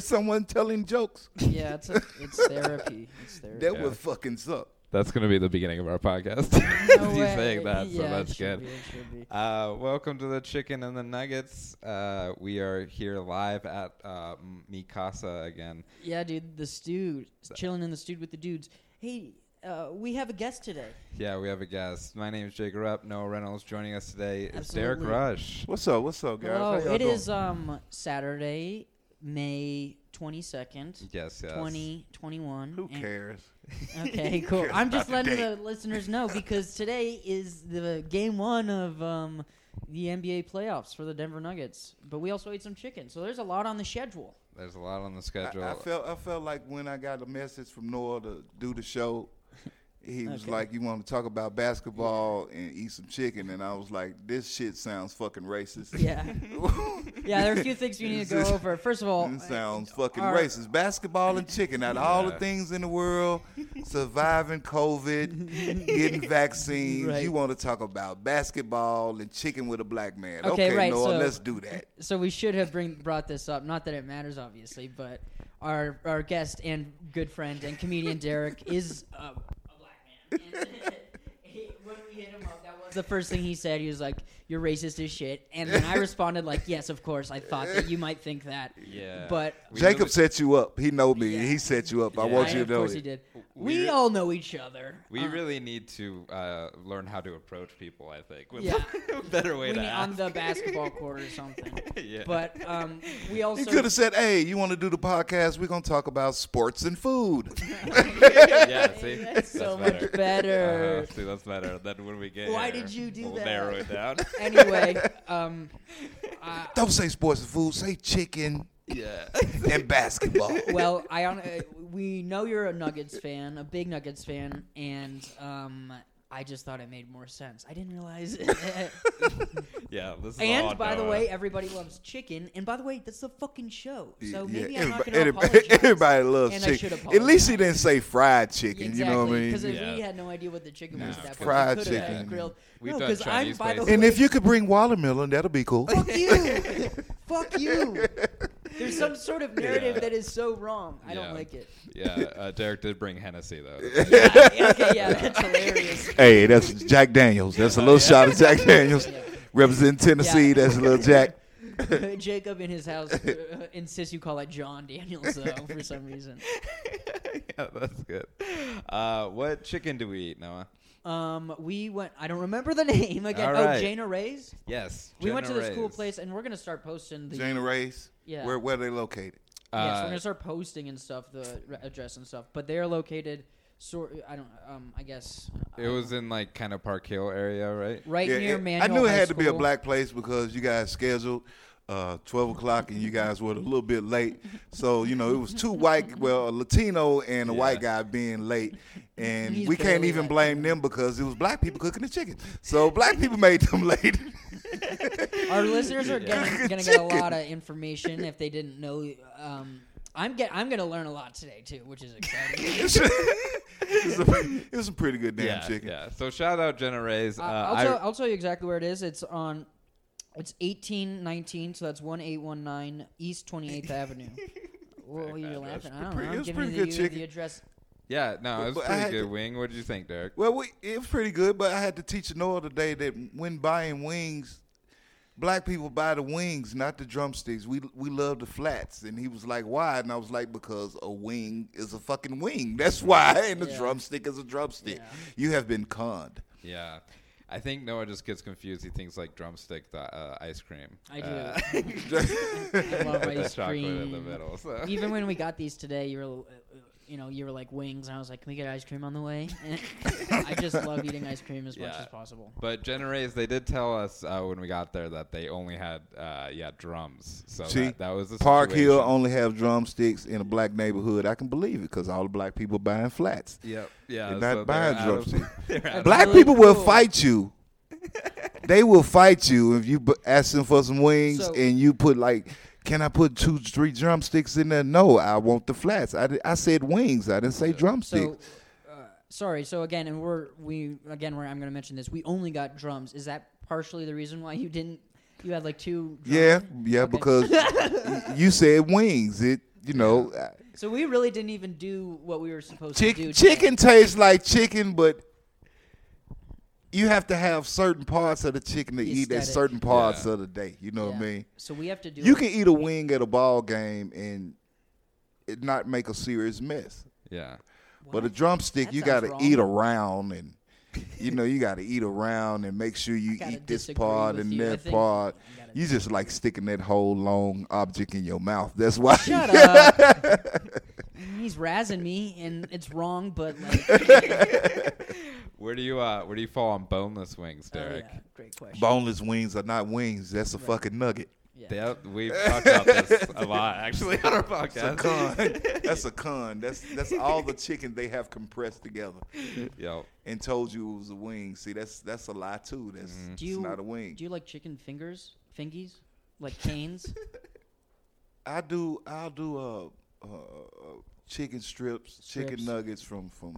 someone telling jokes. Yeah, it's a, it's therapy. It's therapy. That No would fucking suck. That's going to be the beginning of our podcast. you way. saying that, so Yeah, it that's should good. be, it should be. Uh, welcome to the Chicken and the Nuggets. Uh, we are here live at uh, M- Mikasa again. Yeah, dude, the dude chilling in the dude with the dudes. Hey, uh, we have a guest today. Yeah, we have a guest. My name is Jake Rupp. Noah Reynolds joining us today is Derek Absolutely. Rush. What's up? What's up, guys? How Hello. y'all Oh, It doing? is um Saturday, May twenty second, Yes, yes. twenty twenty one. Who cares? Okay, cool. cares I'm just about the letting the listeners know because today is the game one of um, the NBA playoffs for the Denver Nuggets. But we also ate some chicken, so there's a lot on the schedule. There's a lot on the I, schedule. I felt I felt like when I got a message from Noah to do the show, he was Okay. like, "You want to talk about basketball and eat some chicken?" And I was like, "This shit sounds fucking racist." Yeah, yeah. There are a few things we need to go This is- over. First of all, This sounds fucking our- racist. Basketball and chicken out of all the Yeah. things in the world, surviving COVID, getting vaccines. Right. You want to talk about basketball and chicken with a black man. Okay, Okay, right, Noah, so- let's do that. so we should have bring brought this up. Not that it matters, obviously, but our our guest and good friend and comedian Derek is a, a black man. And he- when we hit him up, that was the first thing he said. He was like, "You're racist as shit," and then I responded like, "Yes, of course. I thought that you might think that." Yeah. but. We Jacob really- set you up. He know me. Yeah. He set you up. I Yeah. want I- you of to know course he it. did. We, We- all know each other. We Uh, really need to uh, learn how to approach people. I think. With Yeah. a better way we to need- on ask. the basketball court or something. Yeah. But um, we also You could have said, "Hey, you want to do the podcast? We're gonna talk about sports and food." yeah, see, That's so better. much better. Uh-huh, see, that's better. Then when we get Why here, did you do we'll that? Narrow it down. anyway, um, I, Don't say sports and food. Say chicken yeah. and basketball. well, I hon- uh, we know you're a Nuggets fan, a big Nuggets fan, and um, I just thought it made more sense. I didn't realize. Yeah. This is all and by the Noah. way, everybody loves chicken. And by the way, that's the fucking show. So Yeah, maybe I'm not everybody- gonna everybody, apologize. everybody loves And I should chicken. At least he didn't say fried chicken. Exactly, You know what I mean? Because we Yeah. had no idea what the chicken No, was. at that of course. point. Fried we could have chicken. Grilled. We've no, done 'cause I'm Chinese by the places. way. And if you could bring watermelon, that'll be cool. Fuck you. Fuck you. There's some sort of narrative Yeah. that is so wrong. I Yeah. don't like it. yeah, uh, Derek did bring Hennessy though. Yeah, okay, yeah, that's hilarious. hey, that's Jack Daniels. That's a little shot of Jack Daniels. Representing Tennessee, Yeah. that's a little Jack. Jacob in his house uh, insists you call it John Daniels, though, for some reason. yeah, that's good. Uh, what chicken do we eat, Noah? Um, we went, I don't remember the name again. All Oh, right. Jana Ray's? Yes, We went to Jenna this cool Ray's. place, and we're going to start posting the. Jane Race. Yeah. Where where they located? yes, we're Uh, going to start posting and stuff, the re- address and stuff. But they are located, sort I don't, um, I guess. it was in like kind of Park Hill area, right? right Yeah, near it- Manual I knew it High had to be a School. black place because you guys scheduled uh, 12 o'clock and you guys were a little bit late. So, you know, it was two white, well, a Latino and a Yeah. white guy being late. And He's we can't barely even white. blame them because it was black people cooking the chicken. So black people made them late. Our listeners are Yeah. gonna, gonna get a lot of information if they didn't know. Um, I'm get I'm gonna learn a lot today too, which is exciting. it, was a, it was a pretty good damn yeah, chicken. yeah. So shout out Jenna Ray's. uh, Uh, I'll, I- tell, I'll tell you exactly where it is. It's on. It's 1819, so that's 1819 East 28th Avenue. Well, Exact you're address. laughing. I don't Pretty- know. it I'm was giving pretty you good the, chicken. the address. yeah, no, it was But I pretty had good. to- Wing, what did you think, Derek? Well, we, it was pretty good, but I had to teach Noah today that when buying wings, black people buy the wings, not the drumsticks. We we love the flats, and he was like, "Why?" And I was like, "Because a wing is a fucking wing. That's why, and a Yeah. drumstick is a drumstick. Yeah. You have been conned." Yeah. I think Noah just gets confused. He thinks like drumstick th- uh, ice cream. I do. Uh, I love with ice chocolate cream. in the middle. Uh, So. Even when we got these today, you were, uh, uh, you know, you were like wings, and I was like, "Can we get ice cream on the way?" I just love eating ice cream as much Yeah. as possible. But Jenna Ray's, they did tell us uh, when we got there that they only had, uh, yeah, drums. So See, that, that was the Park Hill situation. only have drumsticks in a black neighborhood. I can believe it because all the black people buying flats. Yep. Yeah. They're so not buying they're out of- drumsticks. they're out of- Black really people will cool. fight you. they will fight you if you b- ask them for some wings So- and you put like, can I put two, three drumsticks in there? No, I want the flats. I, di- I said wings. I didn't say So, drumsticks. uh, sorry. So again, and we're we again. We're, I'm going to mention this. We only got drums. Is that partially the reason why you didn't? You had like two. Drums? yeah, yeah, because y- you said wings. It You know, uh, So we really didn't even do what we were supposed chick, to do. today. chicken tastes like chicken, but you have to have certain parts of the chicken to The eat at aesthetic. certain parts Yeah. of the day. You know what I Yeah. mean? So we have to do. Oh, You it. can eat a wing at a ball game and it not make a serious mess. Yeah. But a What? drumstick, That you got sounds to wrong. eat around and you know you got to eat around and make sure you gotta eat this disagree part with and you. I that think part. you gotta You just like sticking that whole long object in your mouth. That's why. Shut up. He's razzing me, and it's wrong, but like, oh, Where do you uh where do you fall on boneless wings, Derek? Oh, yeah, great question. Boneless wings are not wings. That's a fucking nugget. Yeah. That- we've talked about this a lot actually on our podcast. Con. that's a con. That's that's all the chicken they have compressed together Yo, and told you it was a wing. See, that's that's a lie too. That's Do it's you not a wing. Do you like chicken fingers, fingies, like canes? I do. I'll do uh, uh, uh, chicken strips, chicken Strips. nuggets from from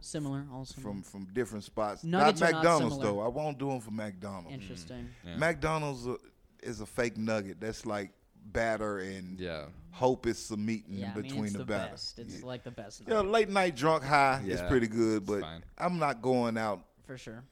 Similar, also. from from different spots. Nuggets not are not McDonald's similar. though. I won't do them for McDonald's. Interesting. Yeah. McDonald's uh, is a fake nugget. That's like batter and yeah. hope it's some meat in Yeah, I between mean, it's the, the, batter. best. It's like the best Yeah, nugget, late night drunk high is Yeah, pretty good, but fine. I'm not going out for sure.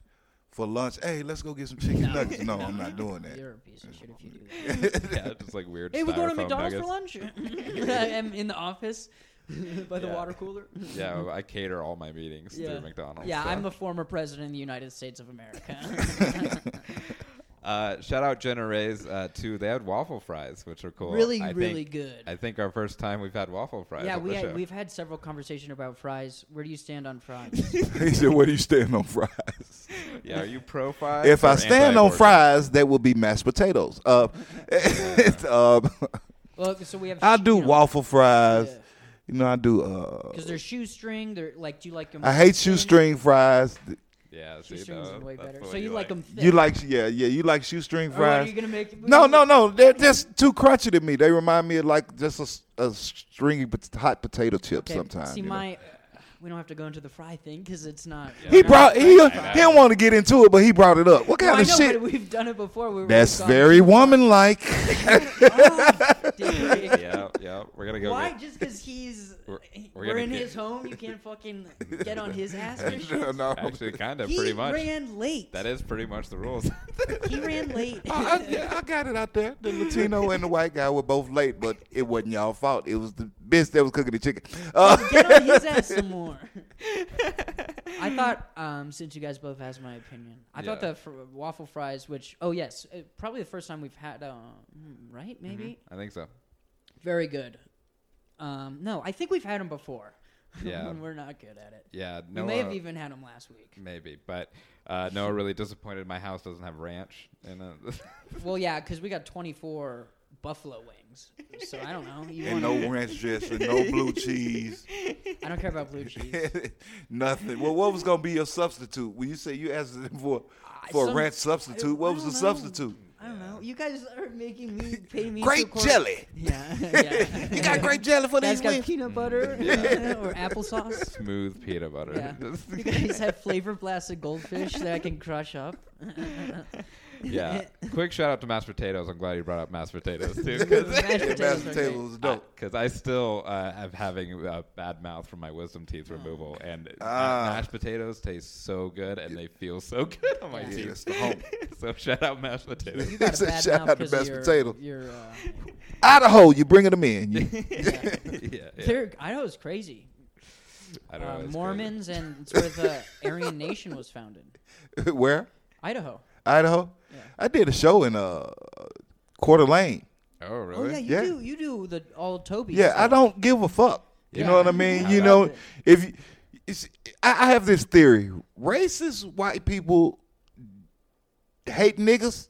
for lunch. Hey, let's go get some chicken No. nuggets. No, I'm not doing that. You're a piece of shit if you do that. Yeah, just like weird. hey, we go to styrofoam McDonald's nuggets. for lunch. I'm in the office by the Yeah. water cooler. Yeah, I cater all my meetings Yeah. through McDonald's. Yeah, so. I'm the former president of the United States of America. Uh, shout out Jenna Ray's uh, too. They had waffle fries, which are cool. really, I really think, good. I think our first time we've had waffle fries. yeah, on we the had, show. we've had several conversations about fries. Where do you stand on fries? he said, "Where do you stand on fries?" Yeah, are you pro fries? If I or stand on anti-abortion? fries, that will be mashed potatoes. Uh, it's, um, well, so we have. I do you know, waffle fries. Yeah. You know, I do. Uh, Because they're shoestring. They're like, do you like them? I hate shoestring fries. Yeah, see, Shoestrings no, are way that's better. the So way you like them thick? You like, yeah, yeah. You like shoestring Or are you fries? gonna make? No, no, no. They're just too crunchy to me. They remind me of like just a s- a, stringy pot- hot potato chip Okay, sometimes. See, you know? my. we don't have to go into the fry thing because it's not. He we're not brought he he fry know. didn't want to get into it, but he brought it up. What No, kind I of know, shit? but we've done it before. We've That's gone- very woman like. Oh, dude. Yeah, yeah. We're gonna go. Why? Get, Just because he's We're- we're, we're gonna in get- his home, you can't fucking get on his ass. or shit? actually, kind of he pretty much. ran late. that is pretty much the rules. he ran late. I, Uh, I- yeah, I got it out there. The Latino and the white guy were both late, but it wasn't y'all fault. It was the bitch that was cooking the chicken. Uh, get on his ass some more. I thought, um, since you guys both asked my opinion, I thought Yeah. the fr- waffle fries, which oh yes, uh, probably the first time we've had, uh, mm, right? Maybe I think so. very good. Um, no, I think we've had them before. Yeah. we're not good at it. Yeah, no. uh, we may have even had them last week. Maybe, but uh, Noah really disappointed. My house doesn't have ranch. And uh, Well, yeah, because we got 24 buffalo wings. So I don't know. You and wanna, no ranch dressing, no blue cheese, I don't care about blue cheese. nothing. Well, what was gonna be your substitute? When you say you asked him for I- for a some- ranch substitute, I what was the don't know. substitute? I don't know. You guys are making me pay me. Grape to- jelly. Yeah. yeah. You got grape jelly for Guys these got wings. peanut butter Mm. or applesauce. smooth peanut butter. Yeah. You guys have flavor blasted goldfish that I can crush up. Yeah. Quick shout out to mashed potatoes. I'm glad you brought up mashed potatoes too, Mashed Yeah, potatoes mashed are potatoes great. was dope. because I still uh, am having a bad mouth from my wisdom Oh. teeth removal, and Ah. uh, mashed potatoes taste so good and they feel so good on my Yeah. Yeah, that's teeth. the home. so shout out mashed potatoes. You got It's a a bad shout mouth out to 'cause of mashed your- potato. your, uh, Idaho, you bringing them in. You- yeah, yeah. they're- I know it's crazy. I don't know, Uh, it's crazy. Mormons and it's where the Aryan Nation was founded. Where? Idaho. Idaho. Yeah. I did a show in uh, Coeur d'Alene. Oh Oh really? yeah, you Yeah. do. You do the all Toby. Yeah, I stuff. don't give a fuck. You Yeah. know what I mean? Yeah, you that- know, if you, it's, I, I have this theory, racist white people hate niggas,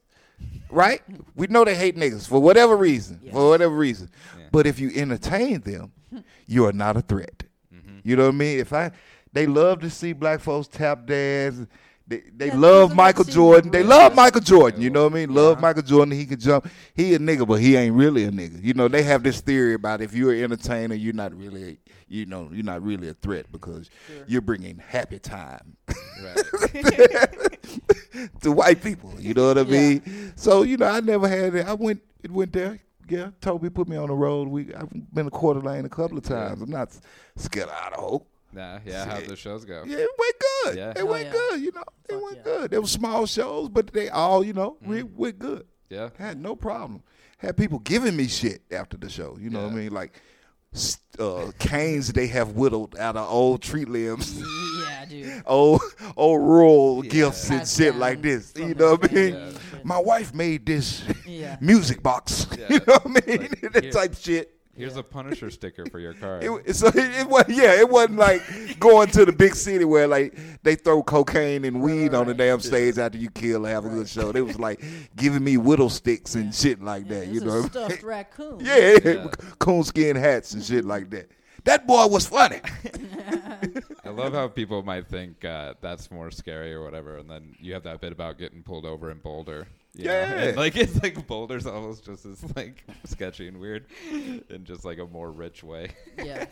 right? we know they hate niggas for whatever reason, Yeah. for whatever reason. Yeah. But if you entertain them, you are not a threat. You know what I mean? If I, they love to see black folks tap dance. They, they Yeah, love doesn't Michael seem Jordan. They racist. love Michael Jordan. You know what I mean? Love Yeah. Michael Jordan. He could jump. He a nigga, but he ain't really a nigga. You know, they have this theory about if you're an entertainer, you're not really, a- you know, you're not really a threat because Sure. you're bringing happy time Right. to white people. You know what I Yeah. mean? So you know, I never had it. I went, it went there, yeah, Toby put me on the road. We I've been to Quarter Lane a couple of times. I'm not s- scared out of hope. Nah, yeah, how Shit. the shows go. Yeah, it went good. Yeah. It Hell went Uh, yeah. good. You know, it Fuck went yeah. Mm. good. They were small shows, but they all you know we went good. Yeah. Had no problem. Had people giving me shit after the show. You know what I Yeah. mean? Like s- uh, canes they have whittled out of old tree limbs. yeah, dude. old old rural Yeah. gifts and Passed shit down like this. from You their know what I mean? family and shit. My wife made this Yeah. music box. Yeah. you know what I mean? Like, that here. type shit. Here's a Punisher sticker for your car. It, it- so it, it was yeah, it wasn't like going to the big city where like they throw cocaine and weed on the Right. damn stage after you kill or have a good show. They was like giving me whittle sticks and shit like Yeah, that. this You is know, a what I mean? stuffed raccoon. yeah, Yeah. coonskin hats and shit like that. That boy was funny. I love how people might think uh, that's more scary or whatever, and then you have that bit about getting pulled over in Boulder. you know? And, Yeah. like it's like Boulder's almost just as like sketchy and weird, in just like a more rich way. yeah,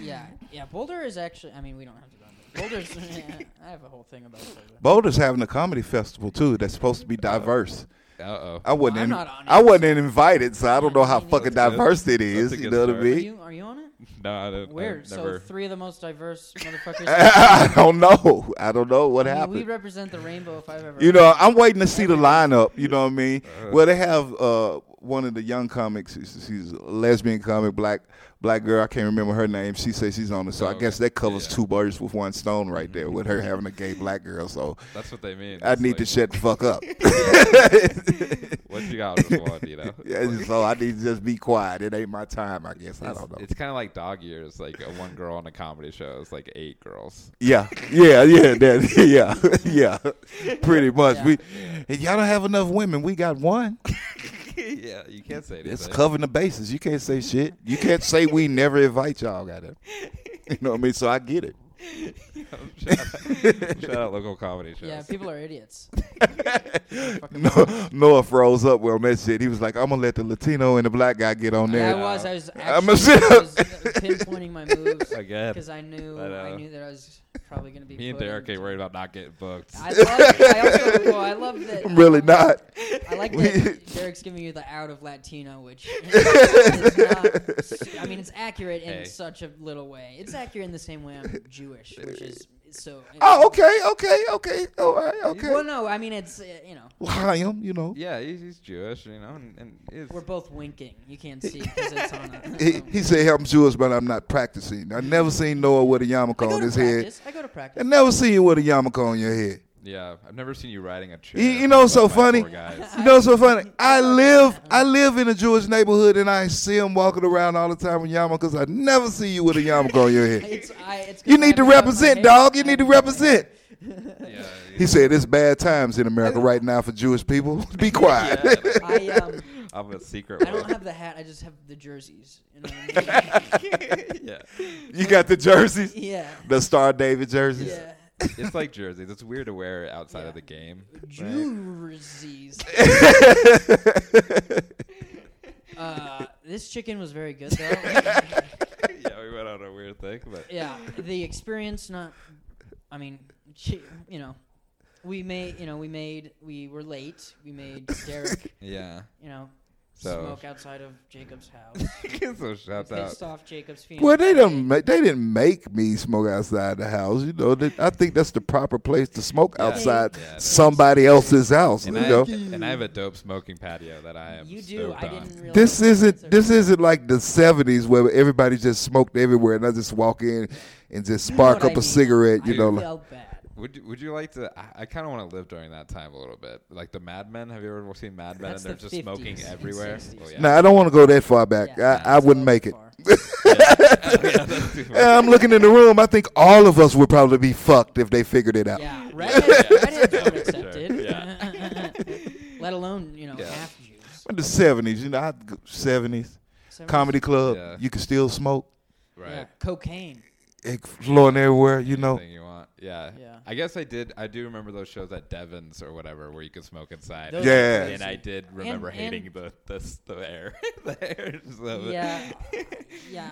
yeah, yeah. Boulder is actually. I mean, we don't have to go. into Boulder's. yeah, I have a whole thing about Boulder. Boulder's having a comedy festival too. That's supposed to be diverse. Uh oh. I wasn't. I'm in- not on it. I wasn't in- invited, so I don't know how That's fucking good. diverse it That's is. a You good know what I start. Are mean? you are you on it? No, I don't. Weird. I've never. So three of the most diverse motherfuckers. I don't know. I don't know what I mean, we happened. represent the rainbow if I've ever. You know, I'm waiting to see the lineup. You know what I mean? Uh-huh. Uh. Well, they have uh, one of the young comics. She's, she's a lesbian comic, black black girl. I can't remember her name. She says she's on it, so Oh, I okay. guess that covers Yeah. two birds with one stone right there with her having a gay black girl. So that's what they mean. I It's need like, to shut the fuck up. What you got with one, you know? Yeah, so I need to just be quiet. It ain't my time. I guess I It's, don't know. it's kind of like dog years. Like a one girl on a comedy show is like eight girls. Yeah, yeah, yeah, that, yeah, yeah. Pretty much. Yeah. We and y'all don't have enough women. We got one. yeah, you can't say anything. It's covering the bases. You can't say shit. You can't say we never invite y'all. Got it. You know what I mean? So I get it. shout, out, shout out local comedy shows. Yeah, people are idiots. No, Noah froze up on that shit. He was like, "I'm gonna let the Latino and the black guy get on Yeah, I there." was. I was. I'm a Actually, zip. I was pinpointing my moves Again. because I knew I know. I, knew that I was probably gonna be. Me and put Derek in- ain't worried about not getting booked. I love. I also. Well, I love that. I'm really not. I like We- that Derek's giving you the out of Latino, which is not, su- I mean, it's accurate in Hey. such a little way. It's accurate in the same way I'm Jewish, which is so. Oh, okay, okay, okay. All right, Well, okay. no, I mean it's uh, you know Lion, you know. yeah, he's, he's Jewish, you know, and, and is we're both winking. You can't see because it's on. A, um, He, he said, "I'm Jewish, but I'm not practicing." I never seen Noah with a I yarmulke go on to his head. practice. I go to I practice. never seen you with a yarmulke on your head. yeah. I've never seen you riding a chair. You, you know what's so led by four funny? guys. You know what's so funny? I live I live in a Jewish neighborhood and I see them walking around all the time with yarmulkes. I never see you with a yarmulke on your head. It's, I, it's 'cause You I need to have it on my represent, hair. dog. You need to represent. Yeah, He said it's bad times in America right now for Jewish people. Be quiet. I um, I'm a secret. I don't one. have the hat. I just have the jerseys. You know what I mean? yeah, You got the jerseys, yeah. the Star David jerseys. Yeah. it's like jerseys. It's weird to wear outside Yeah. of the game. right? Jerseys. uh, this chicken was very good though. yeah, we went on a weird thing, but yeah, the experience. Not, I mean, chi- you know, we made. You know, we made. We were late. We made Derek. yeah. You know, So- smoke outside of Jacob's house. so shout out. Pissed off Jacob's fiance. Well, they didn't. They didn't make me smoke outside the house. You know, They- I think that's the proper place to smoke Yeah. outside Yeah. somebody else's house. And you I, know, and I have a dope smoking patio that I am. You do. stoked I on. didn't realize. This So- isn't this isn't like the '70s where everybody just smoked everywhere, and I just walk in and just You know spark what up I a mean. cigarette. You I know, like, felt bad. Would you, would you like to? I, I kind of want to live during that time a little bit, like the Mad Men. Have you ever seen Mad Men? That's and the they're just smoking 50s and everywhere. 60s. Well, yeah. nah, I don't want to go that far back. Yeah. I, I wouldn't make it. Far. Yeah, that's too much. Yeah, I'm looking in the room. I think all of us would probably be fucked if they figured it out. Yeah, redheads, redheads weren't accepted. Sure, Let alone you know Yeah. half Jews. But the '70s, you know, I'd go- '70s Seventies. comedy club. Yeah. You could still smoke, Yeah, right. cocaine. it flowing everywhere. You know, Anything you want. Yeah. Yeah. I guess I did. I do remember those shows at Devon's or whatever where you could smoke inside. Those are Yeah. crazy. And I did remember hating the, the s- the air. the air just of it. Yeah, yeah,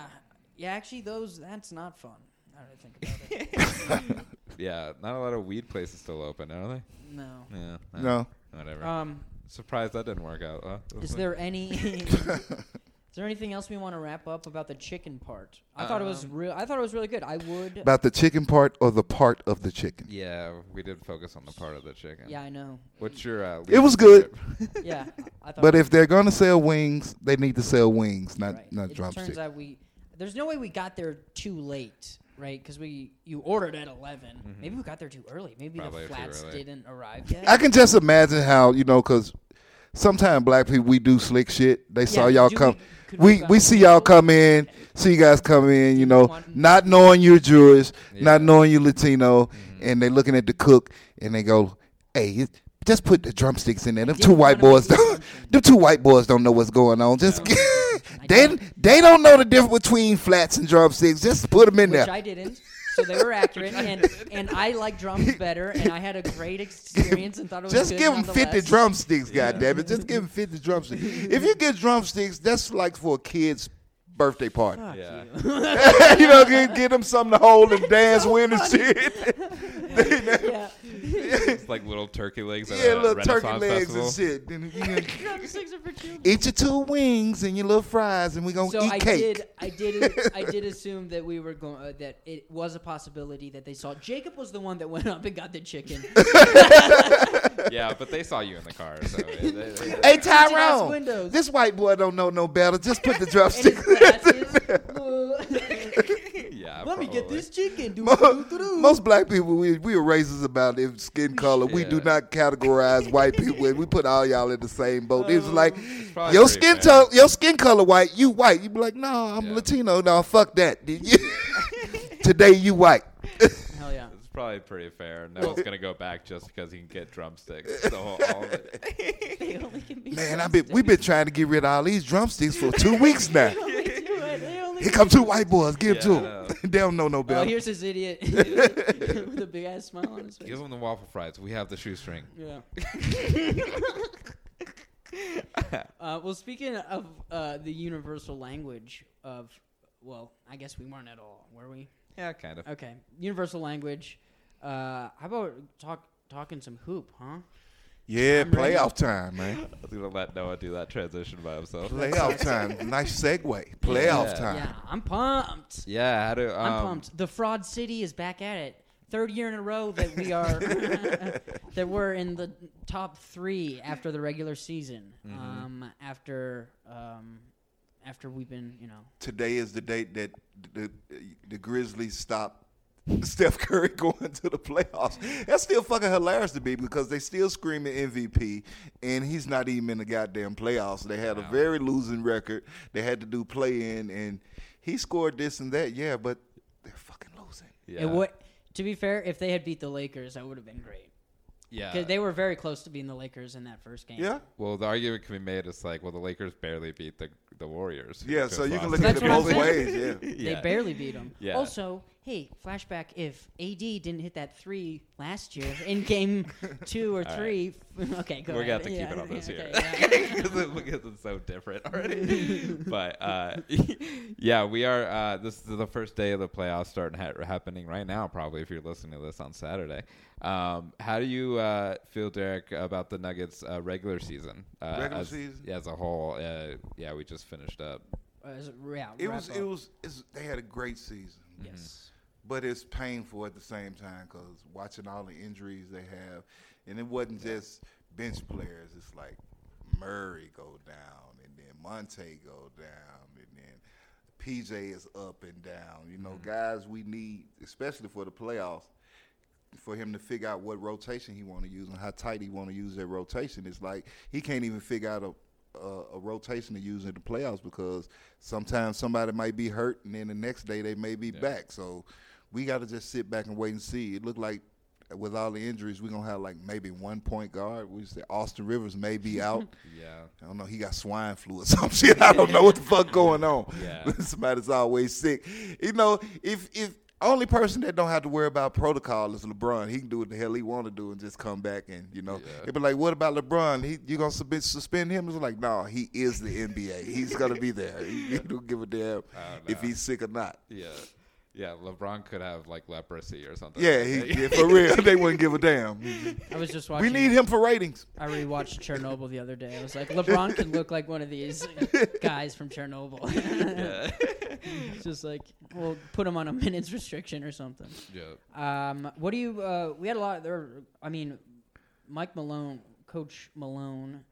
yeah. Actually, those that's not fun. Now that I think about it. Yeah. Not a lot of weed places still open, are No. they? Yeah. no. Whatever. Um, Surprised that didn't work out. Huh? Is there any? is there anything else we want to wrap up about the chicken part? I thought it was Um, real. I thought it was really good. I would. About the chicken part or the part of the chicken? Yeah, we did focus on the part of the chicken. yeah, I know. What's your? Uh, It was least good. favorite? Yeah, I I thought. But it if they're gonna sell wings, they need to sell wings, not right. not it drumsticks. turns out we there's no way we got there too late, right? Because we you ordered at 11 Maybe we got there too early. Maybe Probably the too flats early. didn't arrive yet. I can just imagine how you know, cause sometimes black people we do slick shit. They saw y'all do we- come. could we We go we out see and y'all look? come in, see you guys come in. You know, want- not knowing you're Jewish, Yeah. not knowing you're Latino, and they looking at the cook and they go, "Hey, it, just put the drumsticks in there. Them didn't two white wanna boys, make the don't, assumption. them two white boys don't know what's going on. Just No. I they don't. they don't know the difference between flats and drumsticks. Just put them in which there. I didn't. So they were accurate, and and I like drums better, and I had a great experience and thought it was Just good give them 50 nonetheless. drumsticks, goddammit. Just give them 50 drumsticks. if you get drumsticks, that's like for a kid's birthday party. Fuck Yeah. you. you know, get, get them something to hold and dance with and shit. yeah. It's like little turkey legs. At yeah, a little turkey Renaissance legs festival. and shit. Then if you can Drumsticks are for children. eat your two wings and your little fries, and we're going to So eat I cake. did, I did, I did assume that we were going, uh, that it was a possibility that they saw. Jacob was the one that went up and got the chicken. Yeah, but they saw you in the car, so they- they- they- Hey, ass Tyrone, windows. this white boy don't know no better. Just put the and his drumsticks. glasses. yeah. Let me get probably. this chicken. Do Most black people, we, we are racist about their skin color. We do Yeah. not categorize white people. We put all y'all in the same boat. It's like probably your pretty skin fair. tone, your skin color white. You white. You be like, no, I'm Yeah. Latino. No, fuck that. Did you- Today you white. Hell yeah. It's probably pretty fair. No one's gonna go back just because he can get drumsticks. The whole, all of it. They only can be Man, I've been we've been trying to get rid of all these drumsticks for two weeks now. They only Here come two white boys. Give 'em Yeah, I to 'em. they don't know no Oh, better. here's this idiot with a big ass smile on his face. Give him the waffle fries. We have the shoestring. Yeah. uh, well, speaking of uh, the universal language of, well, I guess we weren't at all, were we? Yeah, kind of. Okay, universal language. Uh, how about talk talking some hoop, huh? yeah, I'm ready. playoff time, man. I was gonna let Noah do that transition by himself. Playoff time. Nice segue. Playoff Yeah. time. Yeah, I'm pumped. Yeah, how do um, I'm pumped. The fraud city is back at it. Third year in a row that we are that we're in the top three after the regular season. Mm-hmm. Um, after um, after we've been, you know, today is the date that the the Grizzlies stop Steph Curry going to the playoffs. That's still fucking hilarious to me because they still screaming MVP and he's not even in the goddamn playoffs. They had a very losing record. They had to do play in and he scored this and that. Yeah, but they're fucking losing. Yeah, it would. To be fair, if they had beat the Lakers, that would have been great yeah. because they were very close to being the Lakers in that first game. Yeah. well, the argument can be made is like, well, the Lakers barely beat the the Warriors. who Yeah, just so you can lost. look at That's it what I'm both ways. saying. Yeah. Yeah. They barely beat them. Yeah. Also, hey, flashback if AD didn't hit that three last year in game two or All right. three. okay, go We're ahead. gonna have to Yeah, keep it on yeah, this okay, year yeah. because it- because it's so different already. but uh, yeah, we are. Uh, this is the first day of the playoffs starting ha- happening right now. Probably if you're listening to this on Saturday. Um, how do you uh, feel, Derek, about the Nuggets' uh, regular season? Uh, Regular as, season? yeah, as a whole. Uh, yeah, we just finished up. Uh, is it- yeah, It wrap was up. it was it's, they had a great season. Mm-hmm. Yes. but it's painful at the same time because watching all the injuries they have, and it wasn't just bench players. It's like Murray go down, and then Monte go down, and then PJ is up and down. You know, guys, we need especially for the playoffs for him to figure out what rotation he want to use and how tight he want to use that rotation. It's like he can't even figure out a, a a rotation to use in the playoffs because sometimes somebody might be hurt and then the next day they may be back. So we got to just sit back and wait and see. It looked like with all the injuries, we're gonna have like maybe one point guard. We said Austin Rivers may be out. Yeah. I don't know. He got swine flu or some shit. I don't know what the fuck going on. Yeah. Somebody's always sick. You know, if if only person that don't have to worry about protocol is LeBron. He can do what the hell he want to do and just come back and you know. Yeah. They be like, what about LeBron? He, you gonna suspend, suspend him? It's like, no, he is the NBA. He's gonna be there. You don't give a damn Oh, no. if he's sick or not. Yeah. Yeah, LeBron could have like leprosy or something. Yeah, he, yeah, for real. They wouldn't give a damn. I was just We watching. need him for ratings. I rewatched Chernobyl the other day. I was like, LeBron can look like one of these guys from Chernobyl. yeah. It's just like, we'll put him on a minutes restriction or something. yeah. Um, what do you? Uh, we had a lot. There, I mean, Mike Malone, Coach Malone,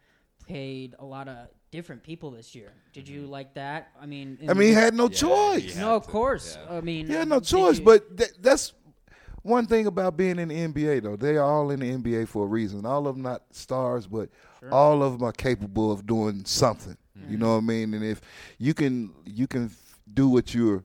played a lot of different people this year. Did you like that? I mean, I in- mean, he had no Mm-hmm. he choice. had no, of to, course. yeah. I mean, um, He had no did choice. you- But tha that's one thing about being in the NBA, though. They are all in the NBA for a reason. All of them not stars, but all of them are capable of doing something. Mm-hmm. You know what I mean? And if you can, you can f- do what you're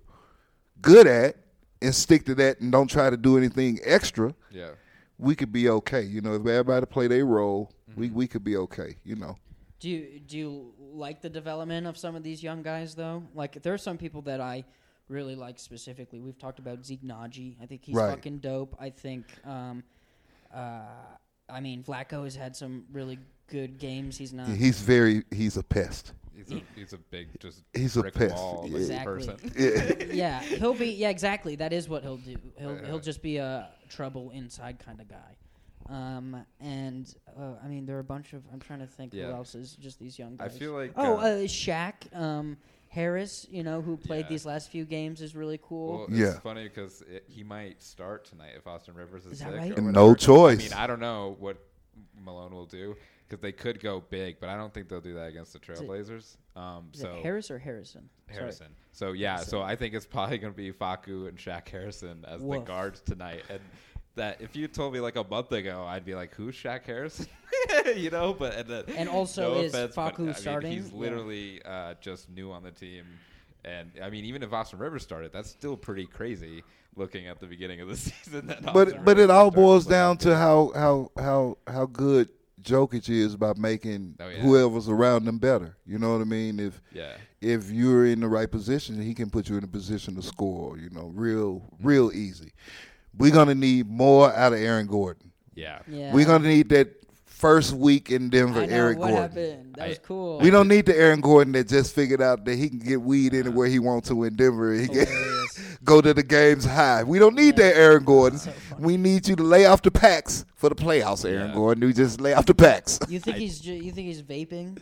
good at and stick to that, and don't try to do anything extra. Yeah. We could be okay. You know, if everybody play their role, Mm-hmm. we we could be okay. You know. Do you, do you like the development of some of these young guys though? Like there are some people that I really like specifically. We've talked about Zeke Naji. I think he's Right. fucking dope. I think um uh I mean Flacco has had some really good games. He's Uh-huh. not He's very he's a pest. He's a, he's a big just He's a brick pest. wall like, Exactly. person. Yeah. yeah, he'll be yeah, exactly. That is what he'll do. He'll Yeah. he'll just be a trouble inside kind of guy. Um and uh, I mean there are a bunch of I'm trying to think who Yeah. else is just these young I guys. feel like Oh, uh, uh, Shaq um, Harris, you know, who played Yeah. these last few games is really cool. Well, Yeah. it's funny because he might start tonight if Austin Rivers is, Is that sick. right? or No whatever. choice. I mean, I don't know what Malone will do because they could go big, but I don't think they'll do that against the it- Trailblazers. Um, is so it Harris or Harrison? Sorry. Harrison. So yeah, so I think it's probably going to be Faku and Shaq Harrison as the Woof. guards tonight. And that if you told me like a month ago, I'd be like, "Who's Shaq Harrison?" you know. But and, then, And also, no is offense, but, Faku I mean, starting? he's Yeah. literally uh, just new on the team. And I mean, even if Austin Rivers started, that's still pretty crazy. Looking at the beginning of the season, that Austin But but Rivers it all would start boils looking down good. to how how how how good Jokic is by making Oh, yeah. whoever's around him better. You know what I mean? If yeah, if you're in the right position, he can put you in a position to score. You know, real real easy. We're gonna need more out of Aaron Gordon. yeah, Yeah. We're gonna need that first week in Denver, I know Eric what Gordon. happened. That I- was cool. We don't need the Aaron Gordon that just figured out that he can get weed anywhere he wants to in Denver. Oh, He can Hilarious. go to the games high. We don't need that Aaron Gordon. we need you to lay off the packs for the playoffs, Aaron Yeah. Gordon. You just lay off the packs. You think he's ju- you think he's vaping?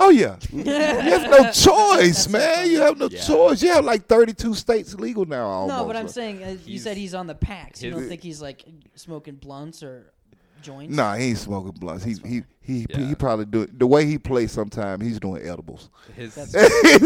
Oh yeah, you have no choice, man. You have no Yeah. choice. You have like thirty-two states legal now. Almost. no, but I'm saying uh, you He's- said he's on the packs. You his- don't think he's like smoking blunts or joints? Nah, he ain't smoking blunts. He he he, Yeah. he probably do the way he plays. Sometimes he's doing edibles. his. That's-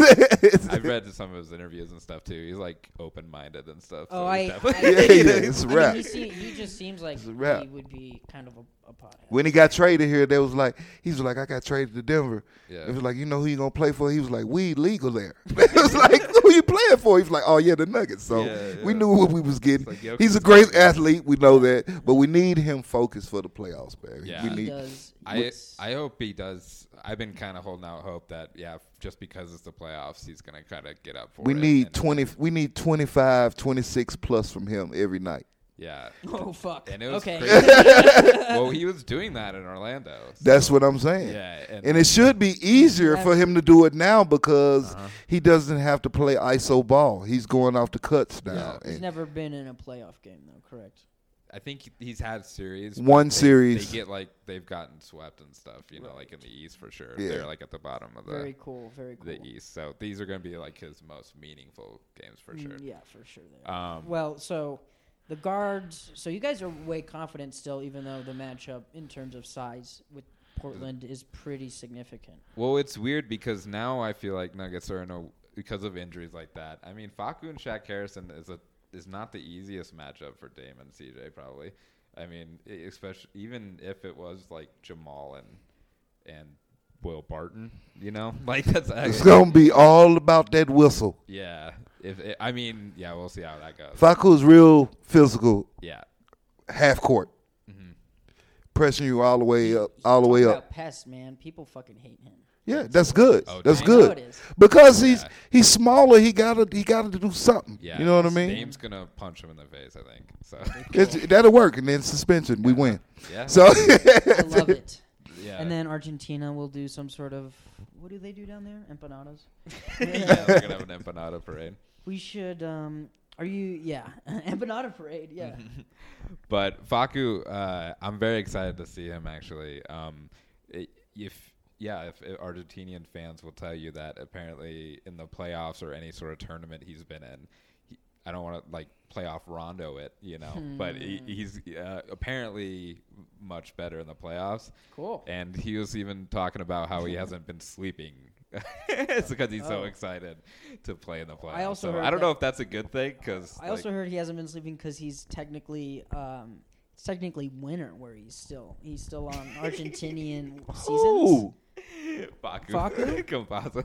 I read some of his interviews and stuff too. He's like open-minded and stuff. Oh, so I. he's I, definitely- Yeah, yeah, it's I a mean, wrap. he, se- he just seems like a wrap. he would be kind of a, a pothead. When he got traded here, they was like, he was like, I got traded to Denver. Yeah. It was like, you know who you gonna play for? He was like, we legal there. it was like, who you playing for? He was like, oh yeah, the Nuggets. So Yeah, we yeah. knew what we was getting. It's like Jokic He's a is great legal. athlete, we know that, but we need him focused for the playoffs, man. Yeah. We he need. does. I it's- I hope he does. I've been kind of holding out hope that yeah, just because it's the playoffs, he's gonna kind of get up for We it. need and- 20 we need 25 26 plus from him every night. Yeah, oh fuck. and it was okay. crazy. well, he was doing that in Orlando. so- That's what I'm saying. yeah, and, And it should be easier for him to do it now because Uh-huh. he doesn't have to play iso ball. He's going off the cuts now. He's And- never been in a playoff game though, correct? I think he's had series. but One they- series. They get like they've gotten swept and stuff. You know, like in the East for sure. Yeah. They're like at the bottom of the Very cool, very cool. the E, East. So these are gonna be like his most meaningful games for sure. Mm, Yeah, for sure. They are. Um, well, so the guards. So you guys are way confident still, even though the matchup in terms of size with Portland is pretty significant. Well, it's weird because now I feel like Nuggets are in a because of injuries like that. I mean, Faku and Shaq Harrison is a is not the easiest matchup for Dame and CJ probably. I mean, e- especially even if it was like Jamal and and Will Barton, you know, like that's It's actually, gonna be all about that whistle. yeah. If it, I mean, yeah, we'll see how that goes. Faku's real physical, Yeah, half court, Mm-hmm. pressing you all the way up, all the way Talk up. About pest, man. People fucking hate him. Yeah, that's good. Oh, that's I know it good is. because he's Yeah. he's smaller. He gotta he gotta do something. yeah. you know what I mean? Dame's gonna punch him in the face, I think. So It's, that'll work, and then suspension, we win. yeah, So I love it. yeah. And then Argentina will do some sort of what do they do down there? Empanadas. yeah, we're gonna have an empanada parade. We should um, Are you? Yeah, empanada parade. Yeah. Mm-hmm. But Faku, uh, I'm very excited to see him actually. Um, i- if yeah, if, if Argentinian fans will tell you that apparently in the playoffs or any sort of tournament he's been in, he, I don't want to like playoff Rondo it, you know, Hmm. but he, he's uh, apparently much better in the playoffs. Cool. And he was even talking about how he hasn't been sleeping. it's because he's so Oh. excited to play in the playoffs. I also So heard I don't know that- if that's a good thing because I also heard he hasn't been sleeping because he's technically um, it's technically winter where he's still he's still on Argentinian Oh. seasons. Baku. Faku? Composo.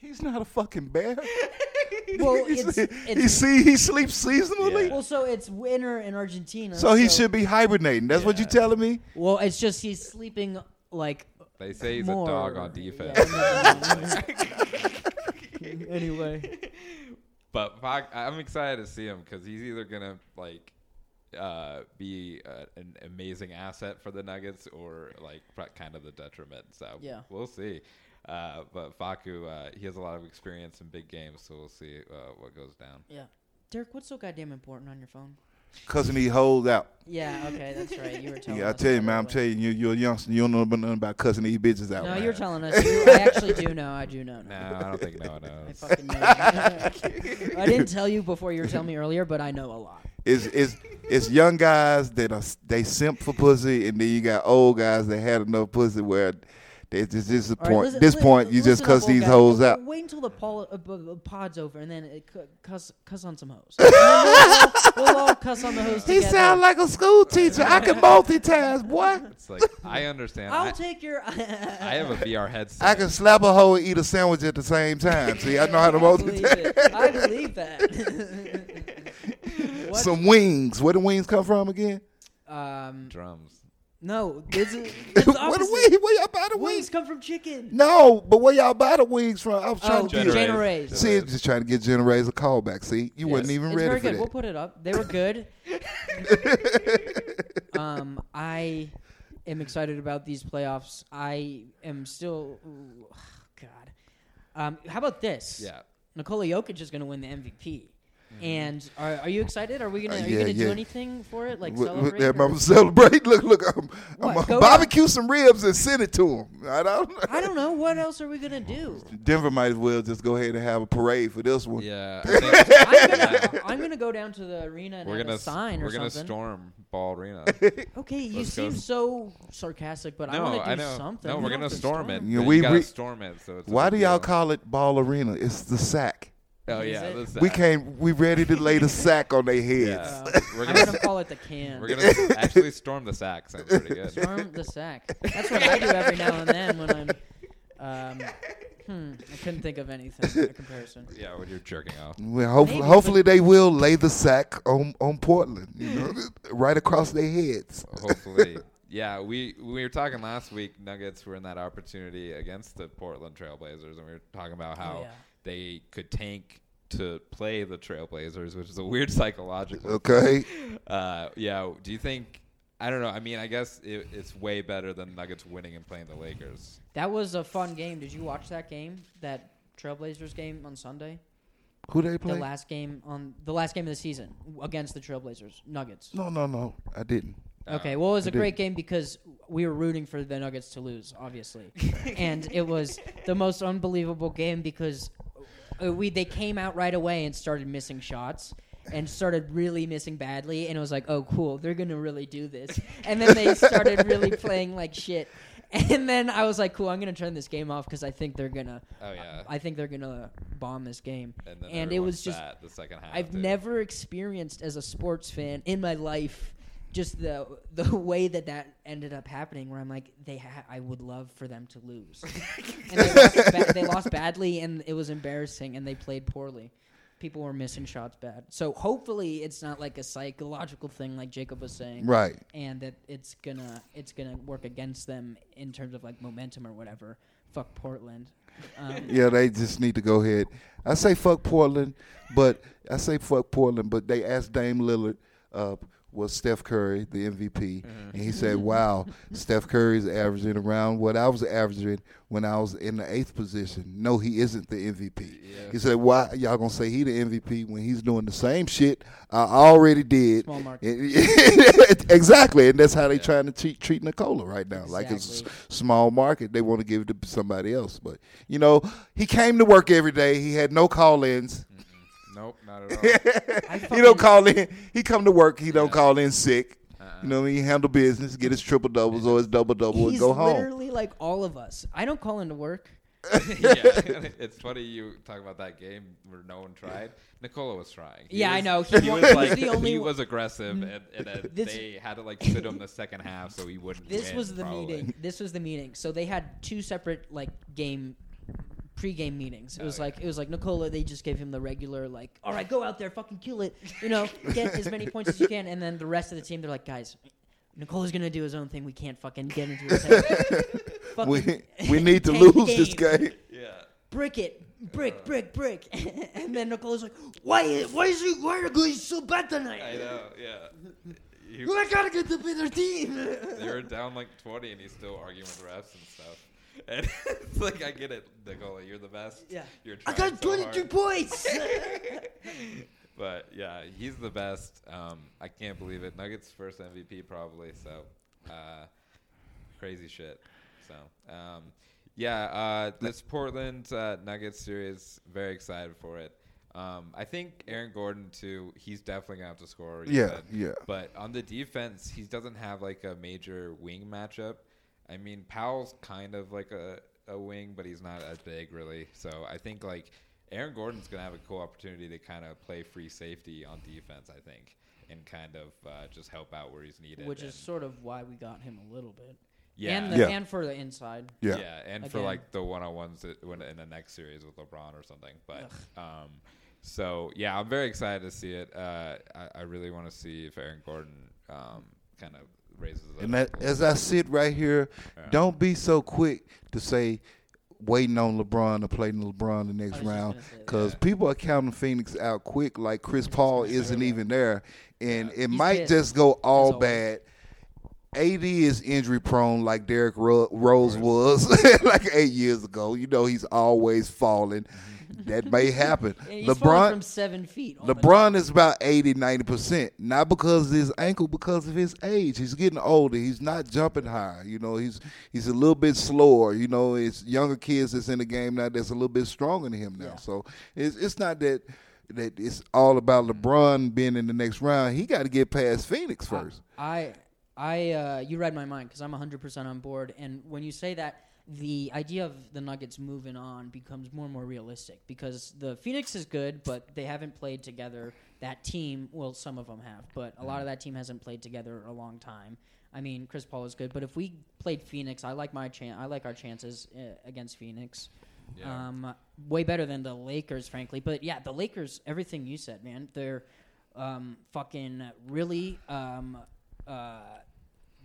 He's not a fucking bear. Well, He's- it's, he it's see he sleeps seasonally, Yeah. well, so it's winter in Argentina. so he should be hibernating. That's what Yeah. you telling me? Well, it's just he's sleeping like They say he's more. a dog on Yeah, defense. no. anyway, but Pac, I'm excited to see him because he's either gonna like uh, be uh, an amazing asset for the Nuggets or like pro- kind of the detriment. So Yeah. we'll see. Uh, but Faku, uh, he has a lot of experience in big games, so we'll see uh, what goes down. yeah. Derek, what's so goddamn important on your phone? Cousin, he holds out. Yeah, okay, that's right. You were telling. Yeah, I us tell you, about man, it. I'm telling you, you're a youngster. You don't know nothing about cussing these bitches out. No, man. you were telling us. You- I actually do know. I do know. No, now. I don't think no one I knows. fucking know. I didn't tell you before you were telling me earlier, but I know a lot. It's it's it's young guys that are they simp for pussy, and then you got old guys that had enough pussy where they just All disappoint. right, listen- this li- point, you just listen up, cuss old these guy. hoes Wait- out. Wait until the pol- uh, b- b- pod's over, and then it cu- cuss cuss on some hoes. And then we'll, all- we'll all cuss on the hoes He together. sound like a school teacher. I can multitask, boy. It's like I understand. I'll I, take your. I have a VR headset. I can slap a hoe and eat a sandwich at the same time. See, I know how to believe multitask. it. I believe that. what? Some wings. Where the wings come from again? um, drums. no, this is it's Where the the opposite. wings? Where y'all buy the Wings wings? come from chicken. No, but where y'all buy the wings from? I was trying to Oh, Generate. be Generate. Generators. See, it's just trying to get generators a callback. See, you wasn't Yes. even It's ready very for good. We'll that. put it up. They were good. um, I am excited about these playoffs. I am still, ooh, God. Um, how about this? Yeah. Nikola Jokic is going to win the MVP. And are, are you excited? Are we gonna Mm-hmm. Uh, are you yeah, gonna do yeah. anything for it? Like Look- look, celebrate? that or- mama celebrate. Look, look, I'm, I'm What, gonna go barbecue some ribs and send it to him. I don't. I don't know. What else are we gonna do? Denver might as well just go ahead and have a parade for this one. Yeah. I think- I'm gonna, I'm gonna go down to the arena and We're have gonna a sign we're or gonna something. storm Ball Arena. okay, you Let's go seem s- so sarcastic, but I no, want to I do know. something. No, We we're don't gonna have to storm it. Yeah, You we gotta re- storm it. So it's a Why do big y'all deal. call it Ball Arena? It's the sack. Oh Is yeah, it? the We sack. came. We ready to lay the sack on their heads. Yeah. Uh, We're I'm gonna- gonna call it the can. We're gonna actually storm the sack. Sounds pretty good. Storm the sack. That's what I do every now and then when I'm. Um, hmm, I couldn't think of anything. A comparison. Yeah, when you're jerking off. Well, hope, Maybe, hopefully they will lay the sack on, on Portland, you know, right across their heads. Hopefully. Yeah, we we were talking last week. Nuggets were in that opportunity against the Portland Trailblazers, and we were talking about Oh, how yeah. they could tank to play the Trailblazers, which is a weird psychological Okay, uh, yeah. Do you think? I don't know. I mean, I guess it, it's way better than Nuggets winning and playing the Lakers. That was a fun game. Did you watch that game? That Trailblazers game on Sunday. who they The play? last game on the last game of the season against the Trailblazers Nuggets. No, no, no. I didn't. Um, Okay, well, it was a I did. great game because we were rooting for the Nuggets to lose, obviously, and it was the most unbelievable game because uh, we they came out right away and started missing shots and started really missing badly, and it was like, oh, cool, they're gonna really do this, and then they started really playing like shit, and then I was like, cool, I'm gonna turn this game off because I think they're gonna, Oh yeah. I think they're gonna bomb this game, and then and it was everyone's just fat the second half. I've too. never experienced as a sports fan in my life just the the way that that ended up happening where I'm like they ha- I would love for them to lose. and they lost, ba- they lost badly and it was embarrassing and they played poorly. People were missing shots bad. So hopefully it's not like a psychological thing like Jacob was saying Right. and that it's going to it's going to work against them in terms of like momentum or whatever. Fuck Portland. Um, Yeah, they just need to go ahead. I say fuck Portland, but I say fuck Portland, but they asked Dame Lillard, uh, was Steph Curry, the MVP, and he said, "Wow, Steph Curry's averaging around what I was averaging when I was in the eighth position. No, he isn't the MVP." Yeah. He said, "Why y'all gonna say he the MVP when he's doing the same shit I already did?" Small market. And- exactly, and that's how they trying to treat treat Nicola right now. Like it's a s- small market, they want to give it to somebody else. But you know, he came to work every day. He had no call-ins. Nope, not at I He don't fucking- call in. He come to work. He don't call in sick. You Uh-uh. know what I mean? He handle business, get his triple doubles or his double double, and He's go home. literally like all of us. I don't call into work. all. yeah, it's funny you talk about that game where no one tried. Nicola was trying. Yeah, I was- know. He, He wa- was he's like the only he one- Mm. was aggressive, and, and uh, This- they had to like sit him the second half so he wouldn't. This win, was the probably. meeting. This was the meeting. So they had two separate like game pre-game meetings. It Oh, was yeah. like it was like Nicola. They just gave him the regular like, all right, go out there, fucking kill it. You know, get as many points as you can. And then the rest of the team, they're like, guys, Nicola's gonna do his own thing. We can't fucking get into his head. We, Fucking we need to take the lose this game. Yeah. Brick it. Brick, brick, brick, and then Nicola's like, "Why? is- Why is he? Why are you guys so bad tonight? I know. Yeah. He- I gotta get the better team." they were down like 20 and he's still arguing with refs and stuff. And it's like, I get it, Nicola. You're the best. Yeah. You're I trying got so 22 hard. points. But yeah, he's the best. Um, I can't believe it. Nuggets first MVP probably. So uh, crazy shit. So um, yeah, uh, this Portland uh, Nuggets series, very excited for it. Um, I think Aaron Gordon too. He's definitely gonna have to score. you Yeah, said. yeah. But on the defense, he doesn't have like a major wing matchup. I mean, Powell's kind of like a, a wing, but he's not as big really. So I think like Aaron Gordon's gonna have a cool opportunity to kind of play free safety on defense. I think and kind of uh, just help out where he's needed. Which is and- sort of why we got him a little bit. yeah. And, the, Yeah. and for the inside. Yeah. and for Again. like the one on ones when in the next series with LeBron or something. But um, so yeah, I'm very excited to see it. Uh, I, I really want to see if Aaron Gordon um, kind of raises. it And up that, a little as I sit right here, don't be so quick to say waiting on LeBron to play LeBron the next I was just round gonna say that. because people are counting Phoenix out quick. Like Chris Paul isn't even there, and it He's might pissed, just go all always. bad. AD is injury prone, like Derrick Ro- Rose was like eight years ago. You know he's always falling. That may happen. And he's LeBron LeBron from seven feet. all the time. LeBron is about 80, 90%. Not because of his ankle, because of his age. He's getting older. He's not jumping high. You know, he's he's a little bit slower. You know, it's younger kids that's in the game now that's a little bit stronger than him now. Yeah. So it's it's not that that it's all about LeBron being in the next round. He got to get past Phoenix Oh, first. I, I, uh, you read my mind because I'm 100% on board. And when you say that, the idea of the Nuggets moving on becomes more and more realistic because the Phoenix is good, but they haven't played together. That team, well, some of them have, but a lot of that team hasn't played together a long time. I mean, Chris Paul is good, but if we played Phoenix, I like my chan- I like our chances uh, against Phoenix. Yeah. Um, way better than the Lakers, frankly. But yeah, the Lakers, everything you said, man, they're um, fucking really. Um, uh,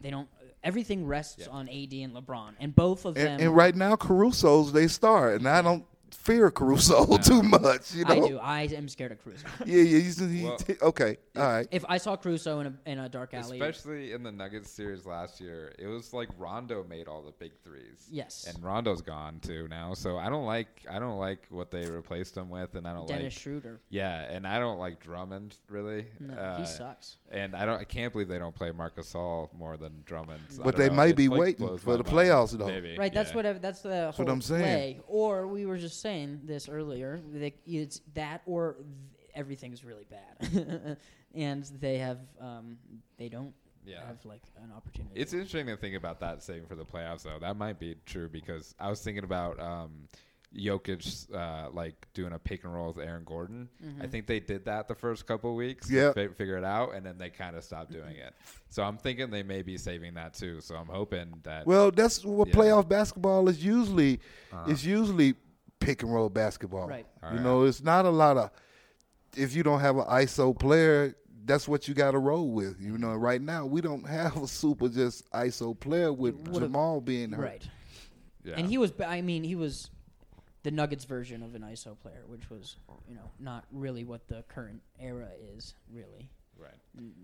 they don't. Everything rests on AD and LeBron, and both of them. And, and right now, Caruso's they start, and I don't fear Caruso too much. You know, I do. I am scared of Caruso. yeah, yeah. He's, he, Well- okay, all right. if I saw Caruso in a, in a dark alley, Especially in the Nuggets series last year, it was like Rondo made all the big threes. Yes. and Rondo's gone too now, so I don't like I don't like what they replaced him with, and I don't Dennis like Schroeder. yeah, and I don't like Drummond really. No, Uh, he sucks. And I don't. I can't believe they don't play Marcus All more than Drummond. I But don't they know. may It, be like, waiting blows for my the mind. playoffs, though. Maybe, Right, that's yeah. what I, that's the whole what I'm saying. play. Or we were just saying this earlier. They, it's that or th- everything's really bad, and they have um, they don't Yeah. have like an opportunity. It's interesting to think about that saving for the playoffs, though. That might be true because I was thinking about um, Jokic uh, like doing a pick and roll with Aaron Gordon. Mm-hmm. I think they did that the first couple weeks. to Yeah. fi- figure it out, and then they kind of stopped doing it. So I'm thinking they may be saving that too. So I'm hoping that. Well, that's what Yeah. playoff basketball is usually. It's usually pick and roll basketball. Right. You know, it's not a lot of. If you don't have an ISO player, that's what you got to roll with. You know, right now we don't have a super just ISO player with Would've- Jamal being hurt. right. yeah. And he was. ba- I mean, he was the Nuggets version of an ISO player, which was you know not really what the current era is really. Right.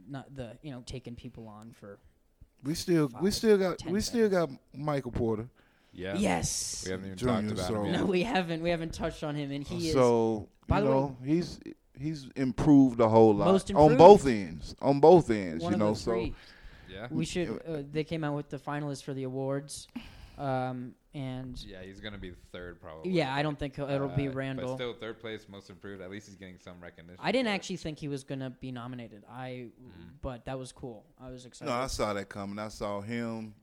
not the you know taking people on for. We still we Five, still got ten we still got Michael Porter. Yeah. Yes. We haven't even Junior talked about Soul. him no, yet. we haven't. We haven't touched on him, and he is. so by you the way- know he's he's improved a whole lot Most on improved. both ends. On both ends, One you of know. the three. So Yeah. we should. Uh, they came out with the finalists for the awards, um, and Yeah, he's gonna be third probably. yeah, I don't think he'll- it'll Uh, be But Randall. still, third place, most improved. At least he's getting some recognition. I didn't for it. actually think he was gonna be nominated. I, but that was cool. I was excited. no, I saw that coming. I saw him,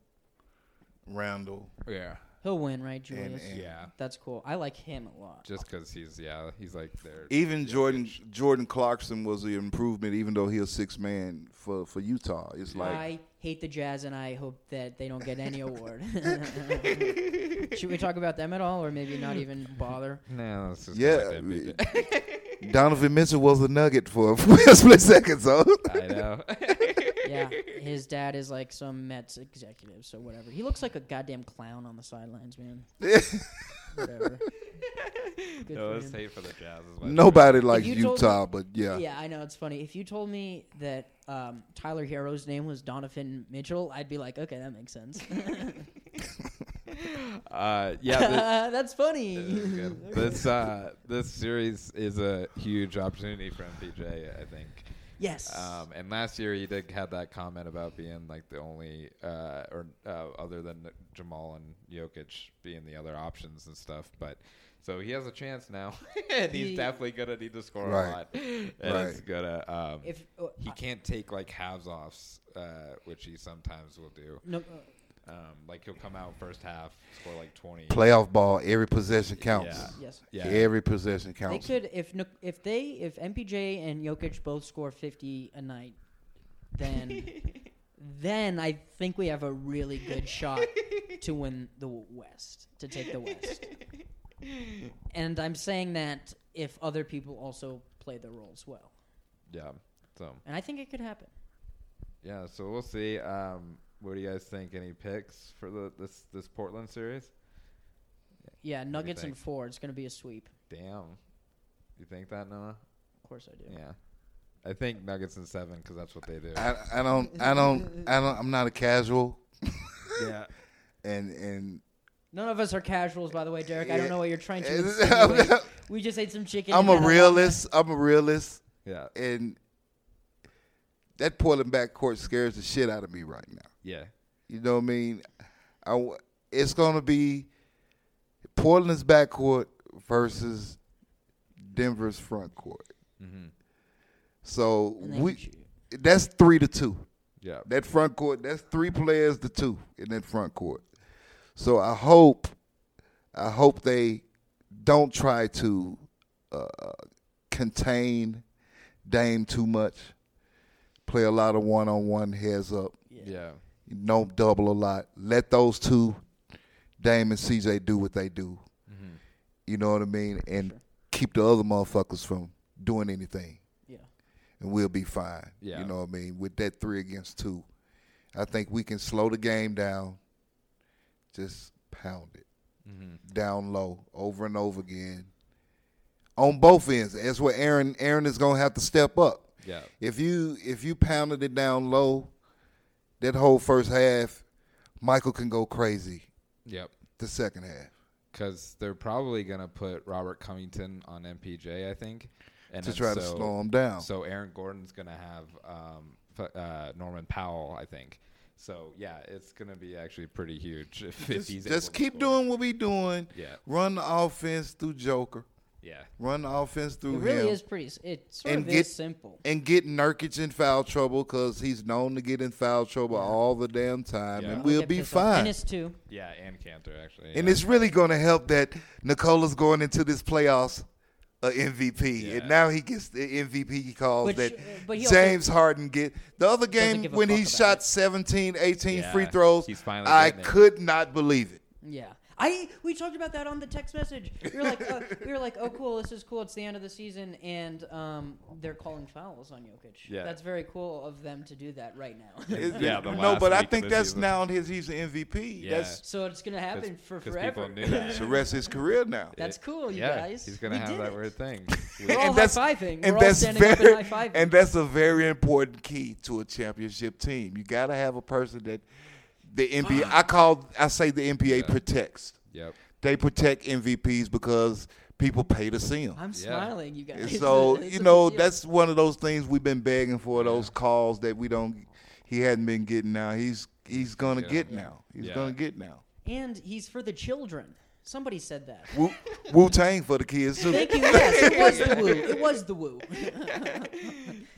Randall. Yeah. He'll win, right, Julius? and- Yeah. That's cool. I like him a lot. Just because he's yeah, he's like there. Even Jordan Jordan Clarkson was an improvement, even though he's a six man for for Utah. It's like I hate the Jazz, and I hope that they don't get any award. Should we talk about them at all, or maybe not even bother? No, that's just Yeah, not that big it- deal. Donovan Mitchell was a nugget for a split second. So I know. Yeah, his dad is like some Mets executive, so whatever. He looks like a goddamn clown on the sidelines, man. whatever. Good no, for it's him. hate for the Jazz. Is what nobody likes you told Utah, but yeah, Yeah, I know it's funny. If you told me that um, Tyler Hero's name was Donovan Mitchell, I'd be like, okay, that makes sense. Uh, yeah. the- that's funny. this uh, this series is a huge opportunity for MPJ, I think. yes. Um, and last year he did had that comment about being like the only uh, or uh, other than Jamal and Jokic being the other options and stuff, but. So he has a chance now, and He- he's definitely gonna need to score Right. a lot. And it's Right. gonna um, if uh, he can't take like halves offs, uh, which he sometimes will do. no, uh, Um, like he'll come out first half, score like twenty. playoff ball, every possession counts. yes. Yeah, Every possession They counts. could if Nuk- if they if MPJ and Jokic both score 50 a night, then then I think we have a really good shot to win the West, to take the West. And I'm saying that if other people also play their roles well. yeah. So And I think it could happen. yeah, so we'll see. Um, what do you guys think? Any picks for the this this Portland series? Yeah, you Nuggets and think? four. It's going to be a sweep. Damn, you think that Noah? Of course I do. Yeah, I think Nuggets in seven because that's what they do. I, I don't. I don't. I don't. I'm not a casual, yeah, and and None of us are casuals, by the way, Derek. I don't know what you're trying to I'm, insinuate. We just ate some chicken. and a had lot- realist. I'm a realist, yeah, and that Portland backcourt scares the shit out of me right now. yeah. You know what I mean? I, w- it's going to be Portland's backcourt versus Denver's front court. Mhm. So And they can we shoot. that's three to two. Yeah, That front court, that's three players to two in that front court. So I hope, I hope they don't try to uh, contain Dame too much. Play a lot of one on one heads up yeah, don't double a lot. Let those two, Dame and CJ, do what they do. Mhm. You know what I mean? And keep the other motherfuckers from doing anything, Yeah. and we'll be fine. Yeah. You know what I mean? With that three against two, I think we can slow the game down. Just pound it Mhm. down low over and over again. On both ends, that's where Aaron Aaron is gonna have to step up yeah, if you if you pounded it down low, that whole first half, Michael can go crazy. yep. The second half Because they're probably gonna put Robert Covington on MPJ, I think, and to then try to so- slow him down. So Aaron Gordon's gonna have um, f- uh, Norman Powell, I think. So yeah, it's gonna be actually pretty huge if, if just he's just able to keep score. doing what we doing. Yeah. Run the offense through Joker. Yeah, Run the offense through It really him. is pretty. s- It sort And of get- is simple. And get Nurkic in foul trouble because he's known to get in foul trouble all the damn time, Yeah. and Don't we'll get be pissed off. fine. And it's two. yeah, and Cantor actually. And yeah. it's really going to help that Nicola's going into this playoffs a MVP, Yeah. and now he gets the MVP calls Which, that uh, but he also- James Harden get. The other game give a when he fuck about shot it. 17, 18 free Yeah, throws, he's finally I getting it. could not believe it. Yeah, I we talked about that on the text message. We were like, uh, we were like, oh cool, this is cool. It's the end of the season, and um, they're calling fouls on Jokic. Yeah. that's very cool of them to do that right now. It- Yeah, it- the no, last but I week of think the that's season. now his. He's an MVP. Yeah. That's so it's gonna happen for people forever. knew that. it's the rest of his career now. That's cool, you yeah, guys. he's gonna We have did that it. weird thing. We're all high-fiving. We're all standing up and high-fiving. and that's a very important key to a championship team. You got to have a person that the NBA. I call. I say the NBA Ah. Yeah. protects. yep. They protect MVPs because people pay to see them. I'm Yeah. smiling, you guys. And It's so a- it's a you big know deal. that's one of those things we've been begging for. Those calls that we don't. He hadn't been getting now. He's he's gonna Yeah. get now. He's Yeah. gonna get now. and he's for the children. Somebody said that. Wu Tang for the kids too. Thank you. Yes, it was the woo. It was the woo.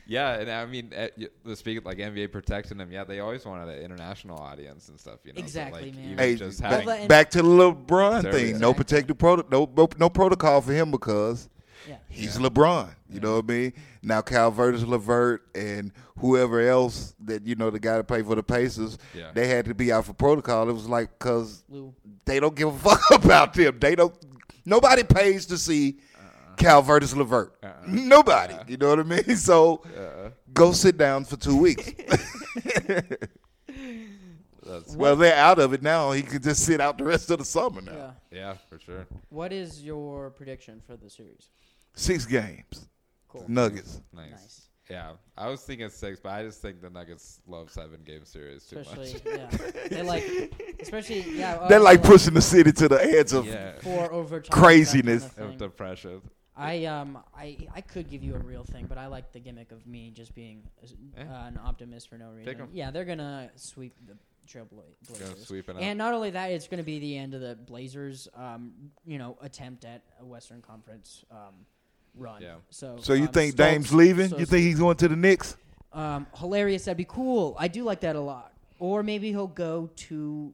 Yeah, and I mean, uh, y- the speak like NBA protecting them. Yeah, they always wanted an international audience and stuff. You know, So, Exactly, like, man. even Hey, just back, having- Well, that- back to the LeBron Service. thing. No Exactly. protective proto- no, no no protocol for him because Yeah. he's LeBron. You know what I mean? Now Calvert is Levert and whoever else that you know the guy that played for the Pacers, Yeah. they had to be out for protocol. It was like because Woo. they don't give a fuck about them. They don't. Nobody pays to see Calvert is Levert. Nobody. You know what I mean? So uh, go sit down for two weeks. that's- well, they're out of it now. He could just sit out the rest of the summer now. Yeah. yeah, for sure. What is your prediction for the series? Six games. Cool. Nuggets. Nice. Nice. Yeah, I was thinking six, but I just think the Nuggets love seven game series too Especially, much. yeah. They like, especially, yeah. uh, They're like pushing the city to the edge of. yeah, for overtime. Craziness. that kind of of the thing. pressure. I um I I could give you a real thing, but I like the gimmick of me just being uh, Yeah. an optimist for no reason. 'em. Yeah, they're gonna sweep the Trailblazers. Gonna sweep it up. And not only that, it's going to be the end of the Blazers, um, you know, attempt at a Western Conference um, run. Yeah. So, So you um, think Stokes- Dame's leaving? so you think he's going to the Knicks? Um, hilarious. That'd be cool. I do like that a lot. Or maybe he'll go to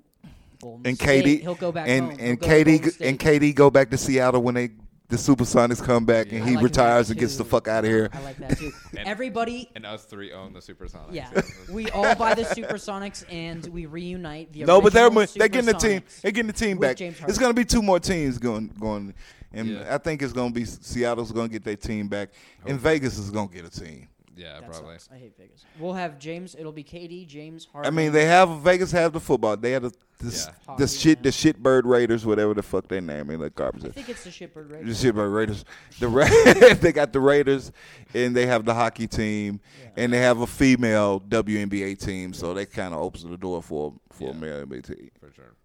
Golden And State. KD He'll go back and home. He'll and go to KD Golden State. and KD go back to Seattle when they the Supersonics come back Yeah. and I he like that retires and gets the too. fuck out of here. I like that too. And- Everybody. And us three own the Supersonics. Yeah, That's- we all buy the Supersonics and we reunite the No, but they're original they're getting the team. Supersonics. They're getting the team with back. James It's Harden. gonna be two more teams going going, and Yeah. I think it's gonna be Seattle's gonna get their team back, and Vegas is gonna get a team. yeah, That probably. sucks. I hate Vegas. We'll have James. It'll be KD, James I Harden. mean, they have Vegas have the football. They have the this, Yeah. the Hockey, shit yeah. the shitbird Raiders, whatever the fuck they name it, like garbage. I think it's the Shipper right? The shitbird Raiders. The Ra- they got the Raiders, and they have the hockey team, Yeah. and they have a female WNBA team. So that kind of opens the door for for a Yeah. male NBA team. For sure.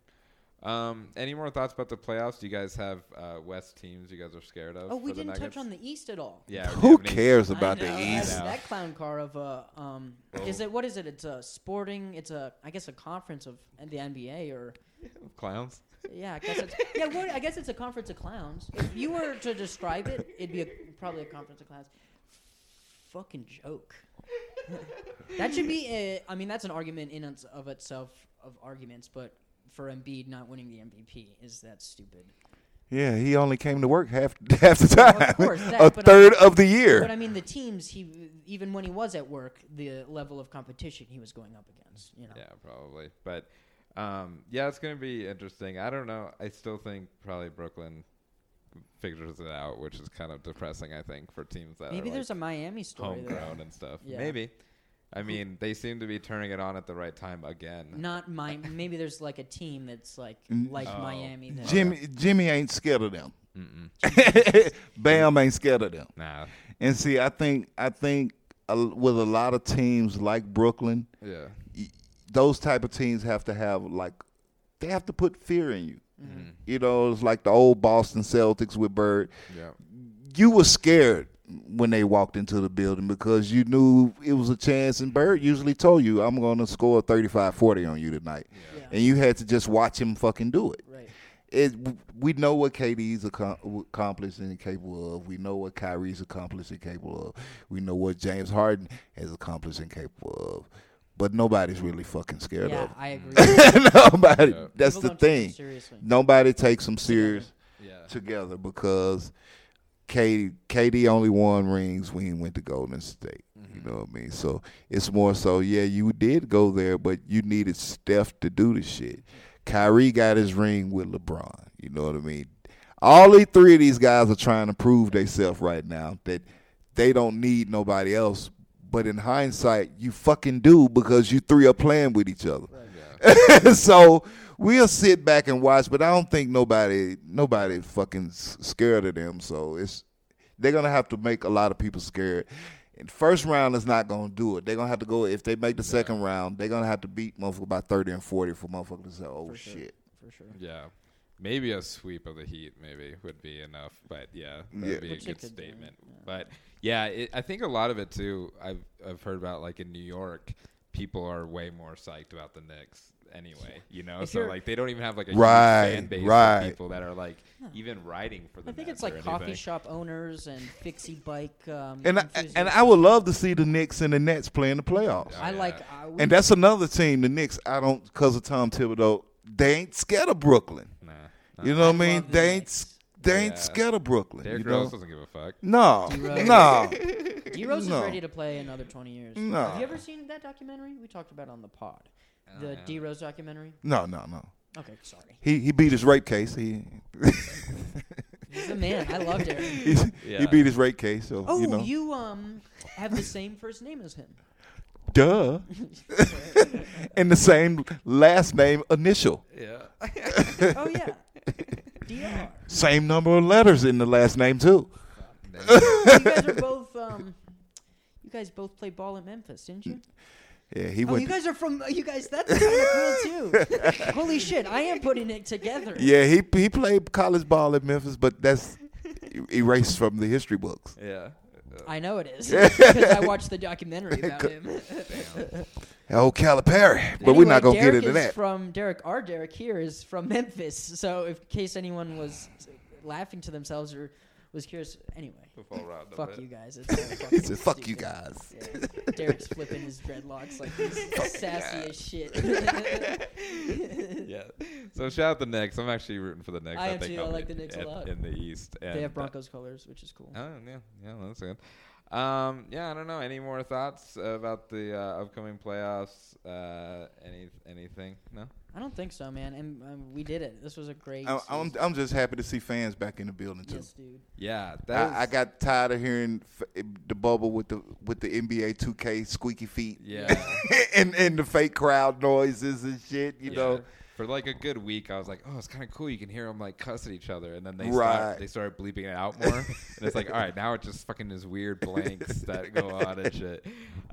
Um, any more thoughts about the playoffs? Do you guys have uh, West teams you guys are scared of? Oh, we for the didn't touch Nuggets? on the East at all. Yeah. do you Who have any- cares about the I know, I East? That, know. that clown car of a um, Oh. is it what is it? It's a sporting. It's a I guess a conference of the NBA or Clowns. yeah. I guess it's yeah. What I guess it's a conference of clowns. If you were to describe it, it'd be a, probably a conference of clowns. Fucking joke. that should be. A, I mean, that's an argument in and of itself of arguments, but for Embiid not winning the MVP is that stupid. Yeah, he only came to work half half the time, of course, that, a but I- third of the year. But I mean, the teams he even when he was at work, the level of competition he was going up against, you know. Yeah, probably. But um, yeah, it's gonna be interesting. I don't know. I still think probably Brooklyn figures it out, which is kind of depressing. I think for teams that Maybe are, there's a Miami story uh, like, there. homegrown and stuff. Yeah. Maybe. I mean, they seem to be turning it on at the right time again. Not my. Maybe there's like a team that's like Mm. like Oh. Miami. That Jimmy Jimmy ain't scared of them. Mm-hmm. Mm-mm. Bam ain't scared of them. Nah. And see, I think I think a, with a lot of teams like Brooklyn, Yeah. y- those type of teams have to have like they have to put fear in you. Mm-hmm. Mhm. You know, it's like the old Boston Celtics with Bird. Mm-hmm. Yeah. You were scared when they walked into the building because you knew it was a chance and Bird usually told you, I'm going to score 35-40 on you tonight. Yeah. And you had to just watch him fucking do it right. it we know what KD's accom- accomplished and capable of. We know what Kyrie's accomplished and capable of. We know what James Harden has accomplished and capable of. But nobody's really fucking scared Yeah, of. I agree. him. Nobody. Yeah. That's People the don't take him thing. Seriously. Nobody takes them serious Yeah. together because KD KD only won rings when he went to Golden State. You know what I mean? So it's more so, yeah, you did go there, but you needed Steph to do the shit. Kyrie got his ring with LeBron. You know what I mean? All the three of these guys are trying to prove themselves right now that they don't need nobody else. But in hindsight, you fucking do because you three are playing with each other. so we'll sit back and watch, but I don't think nobody nobody fucking s- scared of them. So it's they're gonna have to make a lot of people scared. And first round is not gonna do it. They're gonna have to go if they make the second round, they're gonna have to beat motherfucker by thirty and forty for motherfucker to say, Oh For sure. shit. for sure. Yeah. Maybe a sweep of the Heat maybe would be enough, but yeah, that'd Yeah. be Which a they good could do, statement. yeah. But yeah, it, I think a lot of it too. I've I've heard about like in New York, people are way more psyched about the Knicks anyway. You know, If so you're- like they don't even have like a huge Right, fan base right. of people that are like even writing for the. I think Nets it's or like coffee anything. shop owners and fixie bike. Um, And I, enthusiasts. and I would love to see the Knicks and the Nets playing the playoffs. Oh, Yeah. I like. uh, I would- And that's another team, the Knicks, I don't because of Tom Thibodeau, they ain't scared of Brooklyn. Nah, You know Nah. what I I mean? love the They ain't Knicks. s- they ain't Yeah. scared of Brooklyn. Derrick you know? Rose doesn't give a fuck. No, D-Rose. no. D Rose No. is ready to play another twenty years. No. Have you ever seen that documentary we talked about on the pod? The yeah. D Rose documentary. No, no, no. Okay, sorry. He he beat his rape case. He He's a man. I loved it. he's, Yeah. he beat his rape case. So Oh, you you, know, um have the same first name as him. duh. and the same last name initial, Yeah. oh yeah, Dr. same number of letters in the last name too. You guys are both um, you guys both played ball in Memphis, didn't you? Yeah, he Oh, went. you guys are from you guys. That's kind of cool too. Holy shit, I am putting it together. yeah, he he played college ball at Memphis, but that's erased from the history books. yeah. I know it is because I watched the documentary about him. Oh, Calipari, but we're not gonna Anyway, get Derek into is that. From Derek, our Derek here is from Memphis. So, if, in case anyone was laughing to themselves or was curious, anyway, fuck you guys. It's all fucking It's a fuck you stupid. guys. Yeah. Derek's flipping his dreadlocks like he's sassy as shit. yeah. So shout out the Knicks. I'm actually rooting for the Knicks. I am think too. I I'll like be the Knicks a in- lot. in the East. And they have Broncos colors, which is cool. Uh, oh yeah, yeah, that's good. Um, yeah, I don't know. Any more thoughts about the uh, upcoming playoffs? Uh, any anything? No. I don't think so, man. And um, we did it. This was a great. I'm, I'm season. I'm just happy to see fans back in the building too. yes, dude. Yeah, that I, I was- got tired of hearing f- eh, the bubble with the with the NBA 2K squeaky feet. Yeah. and and the fake crowd noises and shit. You Yeah. know, For like a good week, I was like, "Oh, it's kind of cool. You can hear them like cuss at each other," and then they Right. start, they started bleeping it out more, and it's like, "All right, now it just fucking is weird blanks that go on and shit."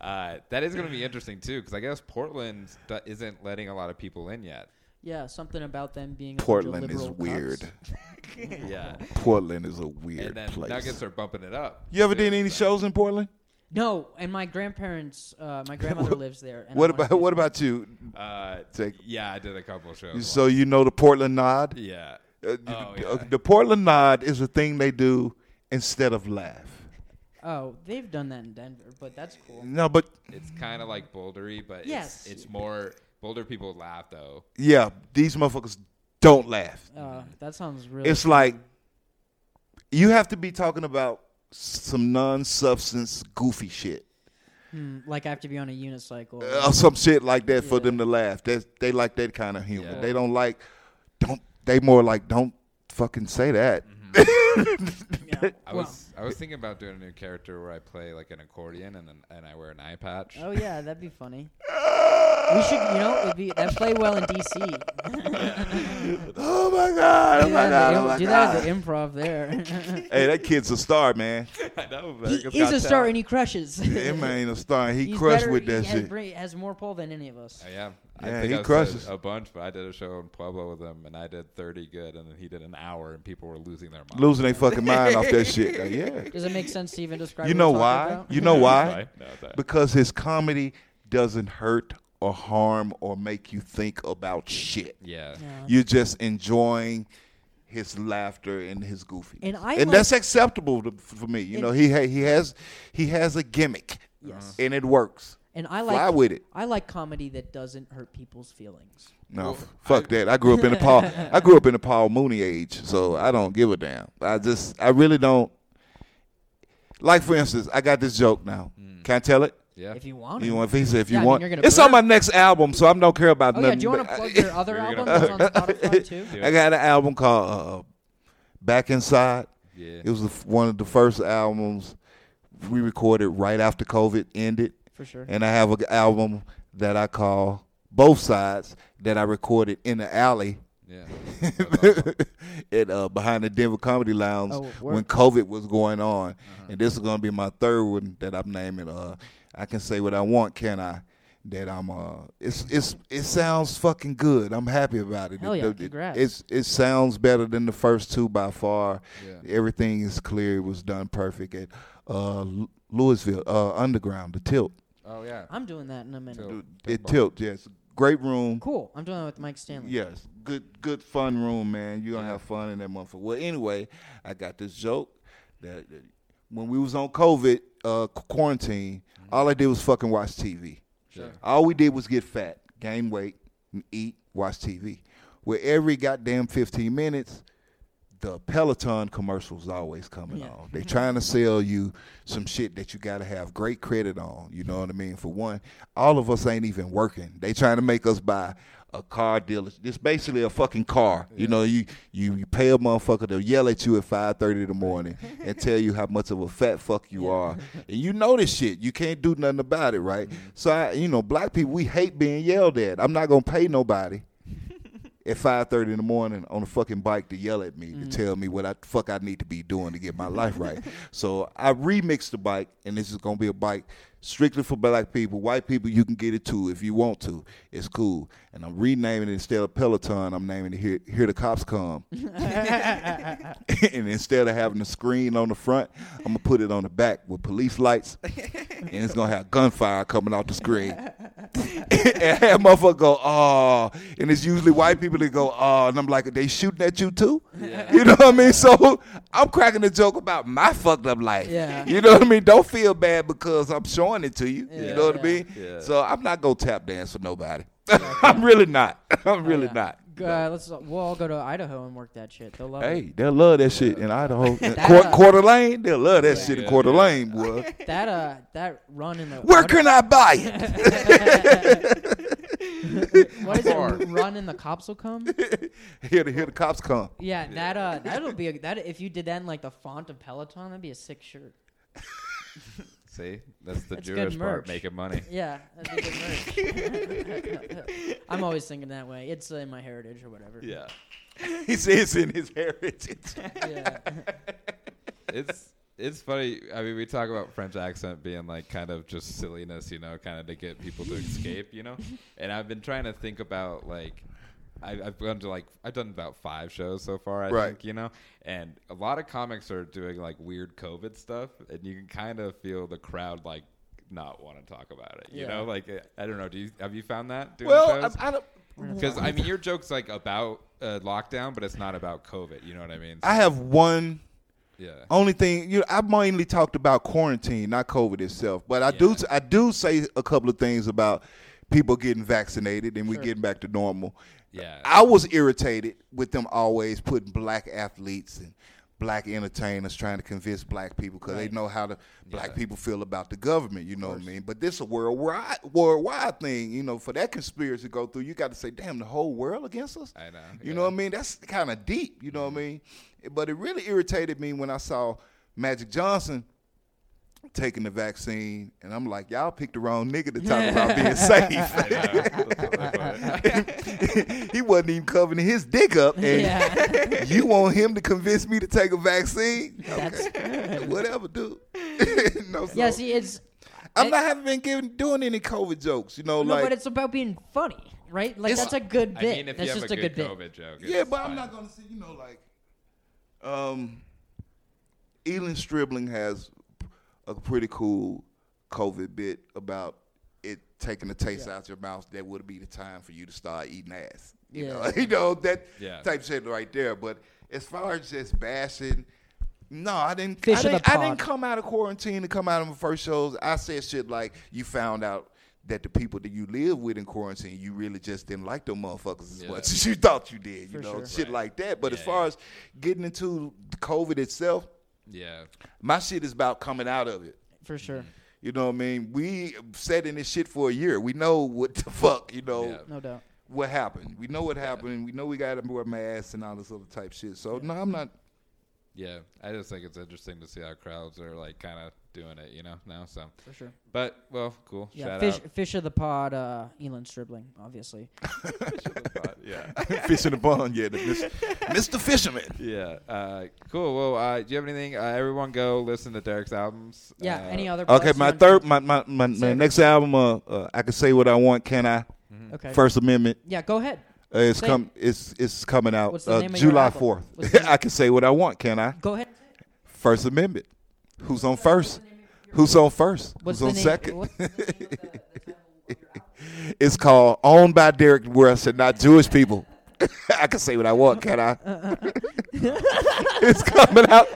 Uh, that is going to be interesting too, because I guess Portland do- isn't letting a lot of people in yet. Yeah, something about them being. a bunch of Portland is liberal weird. cucks. yeah, Portland is a and weird then place. Nuggets are bumping it up. you ever too, did any so- shows in Portland? No, and my grandparents, uh, my grandmother lives there. And I What wanna about do what about you? Uh, Take- yeah, I did a couple shows. So you know the Portland nod? yeah, Uh, Oh, the- yeah. uh, The Portland nod is a thing they do instead of laugh. Oh, they've done that in Denver, but that's cool. No, but it's kind of like Bouldery, but Yes. it's, it's more Boulder people laugh though. yeah, these motherfuckers don't laugh. Uh, that sounds really. It's like you have to be talking about some non-substance goofy shit. Hmm, like I have to be on a unicycle. or some shit like that for Yeah. them to laugh. That's, they like that kind of humor. Yeah. They don't like don't they more like don't fucking say that. Yeah. I Well, was I was thinking about doing a new character where I play like an accordion and an, and I wear an eye patch. oh yeah, that'd be funny. we should, you know, it'd be that play well in DC. do Oh my god! Oh my that, god! at Oh my the- do that at god! the improv there. Hey, that kid's a star, man. I know, but he it's is got a star talent. and he crushes. That man ain't a star. He He's crushed better- with that he has, shit. bra- has more pull than any of us. Oh, yeah, I Yeah, think he I said crushes. a bunch. But I did a show in Pueblo with him, and I did thirty good, and then he did an hour, and people were losing their minds. Losing their fucking mind off that shit. Like, yeah. Does it make sense to even describe? You what know we're talking why? about? You know why? Sorry. No, it's all right. Because his comedy doesn't hurt or harm or make you think about shit. yeah, Yeah. You're just enjoying his laughter and his goofiness, And I like- that's acceptable to, for me. You And- know, he ha- he has he has a gimmick, Uh-huh. Yes. and it works. And I Fly like with it. I like comedy that doesn't hurt people's feelings. No, Well, f- fuck that. I grew up in the Paul. I grew up in the Paul Mooney age, so I don't give a damn. I Mm. just I really don't. Like for instance, I got this joke now. Can I tell it? Yeah. if you want. You to. want visa if you Yeah, I mean, want. you're gonna it's plug- on my next album, so I don't care about Oh nothing. yeah, do you want to but- plug your other You're album gonna that's on Spotify too? Yeah. I got an album called uh, Back Inside. Yeah. It was the, f- one of the first albums we recorded right after COVID ended, For sure. and I have an album that I call Both Sides that I recorded in the alley Yeah. at uh, behind the Denver Comedy Lounge Oh, word. Uh-huh. when COVID was going on, and this is going to be my third one that I'm naming. Uh, I can say what I want, can I? That I'm uh, it's it's it sounds fucking good. I'm happy about it. Hell yeah, It- it- congrats. It's it sounds better than the first two by far. Yeah. Everything is clear. It was done perfect at uh, L- Louisville uh, Underground, the Tilt. Oh yeah. I'm doing Oh, that in a minute. Dope. It Tilt, yes, great room. Cool. I'm doing that with Mike Stanley. Yes, good, good fun room, man. You gonna Yeah. have fun in that motherfucker. Well, anyway, I got this joke that, that when we was on COVID uh, qu- quarantine, all I did was fucking watch TV. Mm-hmm. Sure. All we did was get fat, gain weight, and eat, watch TV. Where every goddamn fifteen minutes, the Peloton commercials always coming Yeah. on. They trying to sell you some shit that you gotta have great credit on. You know what I mean? For one, all of us ain't even working. They trying to make us buy a car dealer. It's basically a fucking car. You know, you, you you pay a motherfucker to yell at you at five thirty in the morning and tell you how much of a fat fuck you are. And you know this shit. You can't do nothing about it, right? So I you know, black people we hate being yelled at. I'm not gonna pay nobody at five thirty in the morning on a fucking bike to yell at me to tell me what I fuck I need to be doing to get my life right. So I remixed the bike, and this is gonna be a bike strictly for black people. White people, you can get it too if you want to. It's cool. And I'm renaming it instead of Peloton, I'm naming it Here, Here the Cops Come. and instead of having a screen on the front, I'm gonna put it on the back with police lights, and it's gonna have gunfire coming out the screen and that motherfucker go, oh, and it's usually white people that go, oh, and I'm like, they shooting at you too? You know what I mean? So I'm cracking a joke about my fucked up life. Yeah. You know what I mean? Don't feel bad because I'm showing it to you. Yeah. You know what Yeah. I mean? Yeah. So I'm not gonna tap dance for nobody. I'm really not. I'm really yeah. not. G- Uh, let's we'll all go to Idaho and work that shit. They'll love Hey, they'll love that shit in Idaho. That- Court, Quarter Lane, they'll love that shit in Yeah. Quarter Lane, boy. it. That uh, that run in the Where what- can I buy it? what is it? Bar. Run in the cops will come. Here, the, here the cops come. Yeah, that uh, that'll be a, that if you did that in like the font of Peloton, that'd be a sick shirt. See, that's the That's good Jewish part, merch. making money. Yeah, that'd be good merch. I'm always thinking that way. It's in my heritage or whatever. Yeah. He says in his heritage. Yeah. it's it's funny. I mean, we talk about French accent being like kind of just silliness, you know, kind of to get people to escape, you know. And I've been trying to think about like. I- I've gone to like I've done about five shows so far, I Right. think, you know, and a lot of comics are doing like weird COVID stuff, and you can kind of feel the crowd like not want to talk about it, you Yeah. know. Like I don't know, do you have you found that? Doing Well, shows? I, I don't. Because I mean, your joke's like about uh, lockdown, but it's not about COVID. You know what I mean? I have one yeah, only thing. You know, I mainly talked about quarantine, not COVID itself. But I do, I do say a couple of things about people getting vaccinated and we getting back to normal. yeah. I was irritated with them always putting black athletes and black entertainers trying to convince black people because they know how the black people feel about the government. You know what I mean? But this a worldwide worldwide thing. You know, for that conspiracy to go through, you got to say, "Damn, the whole world against us." I know, You yeah. know what I mean? That's kind of deep. You Mm-hmm. know what I mean? But it really irritated me when I saw Magic Johnson taking the vaccine, and I'm like, y'all picked the wrong nigga to talk about being safe. he wasn't even covering his dick up, and yeah. you want him to convince me to take a vaccine? Okay. Whatever, dude. no, so Yeah. See, it's I'm it- not having been given doing any COVID jokes. You know, no, like but it's about being funny, right? Like It's- that's a good I bit. mean, if that's you have just a good, bit. COVID joke, yeah, it's but I'm fine. not gonna see. You know, like um, Elon Stribling has a pretty cool COVID bit about it taking the taste out your mouth. That would be the time for you to start eating ass. You know, Yeah. you know that Yeah. type shit right there. But as far as just bashing, no, I didn't. Fish I of the didn't, I didn't pod. come out of quarantine to come out of my first shows. I said shit like, "You found out." That the people that you live with in quarantine, you really just didn't like them motherfuckers as Yeah. much as you thought you did, you For know, sure. shit Right. like that. But as Yeah, far yeah. as getting into COVID itself, yeah, my shit is about coming out of it. For sure. You know what I mean? We sat in this shit for a year. We know what the fuck, you know, Yeah. No doubt. what happened. We know what happened. We know we got to wear masks and all this other type shit. So, no, I'm not. Yeah, I just think it's interesting to see how crowds are like kind of doing it, you know, now. So, For sure. but well, cool. Yeah. Shout Fish, out. fish of the pod, uh, Elon Stribling, obviously. yeah. Fish in the pond, yeah. the Mr. Mr. Fisherman. Yeah. Uh, cool. Well, uh, do you have anything? Uh, everyone go listen to Derek's albums. Yeah. Uh, any other? Okay, plugs you my want- third, my my, my, my Second. next album, uh, uh, I can say what I want, can I? Okay. First Amendment. Yeah. Go ahead. Uh, it's Say- come. It's it's coming out What's the uh, name of your July album? fourth. What's the name? I can say what I want, can I? Go ahead. First Amendment. Who's on first? Who's on first? Who's What's the on name- second? what's it's called Owned by Derek West and not Jewish people. I can say what I want, can I? it's coming out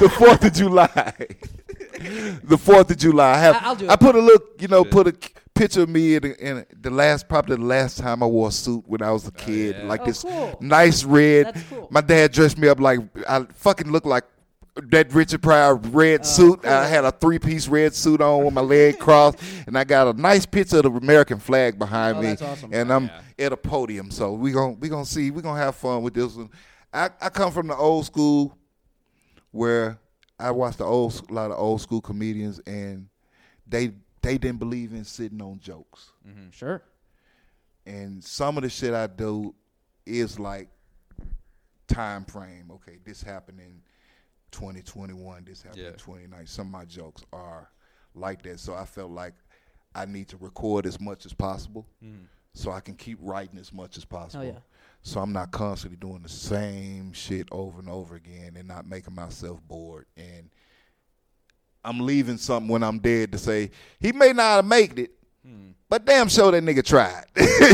the fourth of July. the fourth of July. I have. I- I'll do I it. put a look. You know, Yeah. put a c- picture of me in, in the last probably the last time I wore a suit when I was a kid, yeah. like Oh, this cool. nice red. That's cool. My dad dressed me up like I fucking looked like that Richard Pryor Oh, red suit. I had a three piece red suit on with my leg crossed, and I got a nice picture of the American flag behind Oh, me. that's awesome. And I'm Yeah. at a podium, so we gon' we gonna see. We gonna have fun with this one. I, I come from the old school where I watched the old a lot of old school comedians, and they they didn't believe in sitting on jokes Hmm, Sure. and some of the shit I do is like time frame. Okay, this happened in 2021. This happened in Yeah. 2019. Some of my jokes are like that, so I felt like I need to record as much as possible, so I can keep writing as much as possible. yeah. So I'm not constantly doing the same shit over and over again, and not making myself bored. And I'm leaving something when I'm dead to say he may not have made it, but damn sure that nigga tried.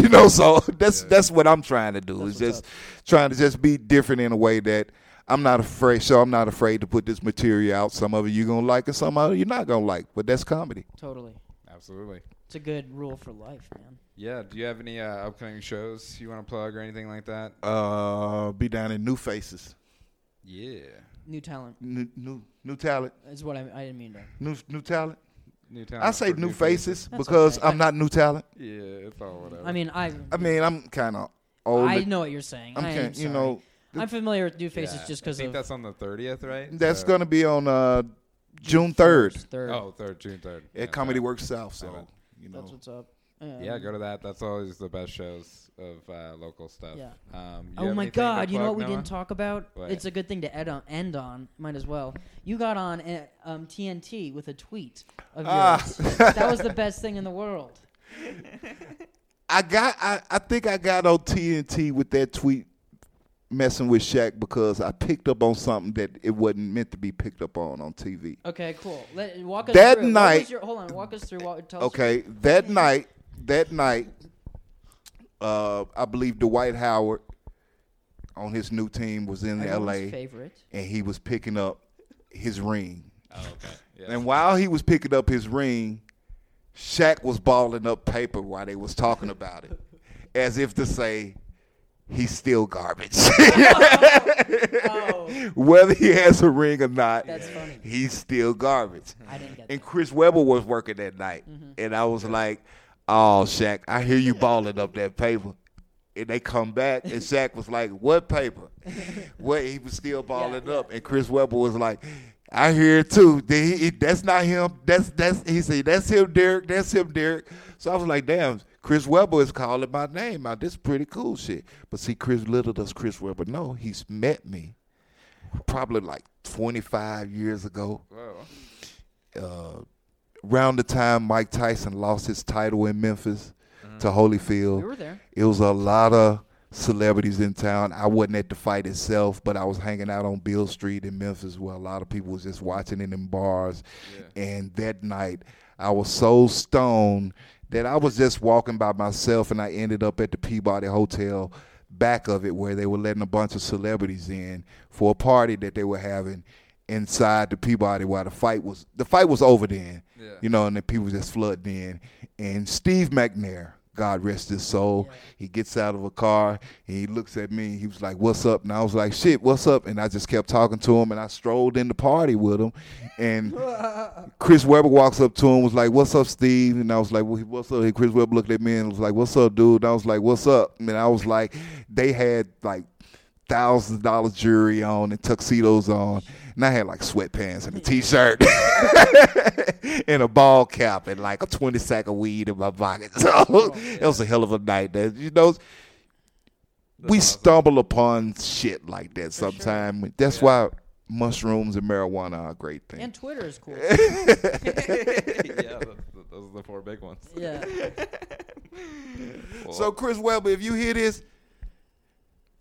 you know, so that's that's what I'm trying to do. is just trying to just be different in a way that I'm not afraid. So I'm not afraid to put this material out. Some of it you're gonna like, and some of it you're not gonna like. But that's comedy. Totally. Absolutely. It's a good rule for life, man. Yeah. Do you have any uh, upcoming shows you want to plug or anything like that? Uh, be down in new faces, Yeah. New talent new new, new talent, is what I, I didn't mean to. new new talent. New talent. I say for new faces That's because okay. I'm not new talent. Yeah, it's all whatever. I mean, I. I mean, I'm kind of old. I know what you're saying. I'm I kin- am you sorry. know I'm familiar with new Yeah, faces just I because think of that's on the thirtieth, right? that's So- gonna be on uh, June third Third. Oh, third June third. at Comedy Works South. So Alright. you know. That's what's up. Yeah, Um, go to that. That's always the best shows of uh, local stuff. Yeah. Um, you Oh have my anything to God! You know plug, what we Noah? didn't talk about? What? It's a good thing to ed on, end on. Might as well. You got on eh, um, TNT with a tweet of yours. Ah. that was the best thing in the world. I got I, I think I got on TNT with that tweet messing with Shaq because I picked up on something that it wasn't meant to be picked up on on TV. Okay, cool. Let, walk us That through. What was night- your- hold on. Walk us through. What, tell us- Okay, that night, that night, uh, I believe Dwight Howard on his new team was in everyone's LA Favorite. and he was picking up his ring. Oh, okay. Yeah. And while he was picking up his ring, Shaq was balling up paper while they was talking about it, as if to say, he's still garbage. Oh, Whether he has a ring or not, That's funny. Hmm. he's still garbage. I didn't get that. And Chris Webber was working that night, Mm-hmm. and I was like, "Oh, Shaq, I hear you balling up that paper." And they come back, and Shaq was like, "What paper?" what he was still balling yeah. up, and Chris Webber was like, "I hear it too. Th- he- That's not him. That's that's." He said, "That's him, Derek. That's him, Derek." So I was like, "Damn." Chris Webber is calling my name out. This is pretty cool shit. But see, Chris little does Chris Webber know he's met me probably like 25 years ago Whoa. uh, around the time Mike Tyson lost his title in Memphis to Holyfield, We were there. it was a lot of celebrities in town. I wasn't at the fight itself, but I was hanging out on Bill Street in Memphis where a lot of people was just watching it in bars. Yeah. And that night, I was so stoned that I was just walking by myself and I ended up at the Peabody Hotel back of it where they were letting a bunch of celebrities in for a party that they were having inside the Peabody while the fight was the fight was over then. Yeah. You know, and the people just flooded in. And Steve McNair, God rest his soul. He gets out of a car and he looks at me. He was like, "What's up?" And I was like, "Shit, what's up?" And I just kept talking to him, and I strolled in the party with him. And Chris Webber walks up to him, was like, "What's up, Steve?" And I was like, well, "What's up?" And Chris Webber looked at me and was like, "What's up, dude?" And I was like, "What's up?" And I was like, "They had like." thousand dollar jewelry on and tuxedos on, and I had like sweatpants and a t shirt and a ball cap and like a twenty sack of weed in my pocket. So it was a hell of a night. That you know, we awesome. stumble upon shit like that sometime. That's why mushrooms and marijuana are a great thing. And Twitter is cool. yeah, those, those are the four big ones. yeah. So Chris Webber, if you hear this,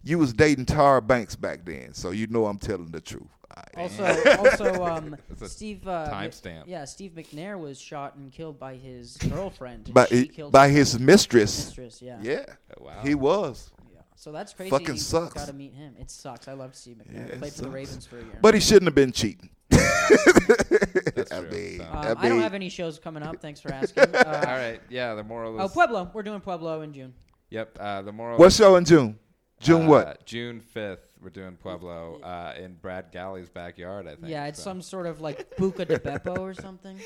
you was dating Tara Banks back then, so you know I'm telling the truth. All right. Also, also, um, It's a Steve. Uh, Mi- timestamp. Yeah, Steve McNair was shot and killed by his girlfriend. She by killed by his his mistress. mistress. Yeah. Yeah. Oh, Wow. He was. Yeah. So that's crazy. Fucking you sucks. Got to meet him. It sucks. I love Steve McNair. Yeah, it Played for the sucks. Ravens for a year. But he shouldn't have been cheating. I true. mean, Um, um, I mean, I don't have any shows coming up. Thanks for asking. Uh, All right. Yeah, the moral Oh, is. Pueblo. We're doing Pueblo in June. Yep. Uh, the moral. what is, show in June? June uh, what? June fifth. We're doing Pueblo uh, in Brad Galley's backyard. I think. yeah, it's so. some sort of like Buca de Beppo or something.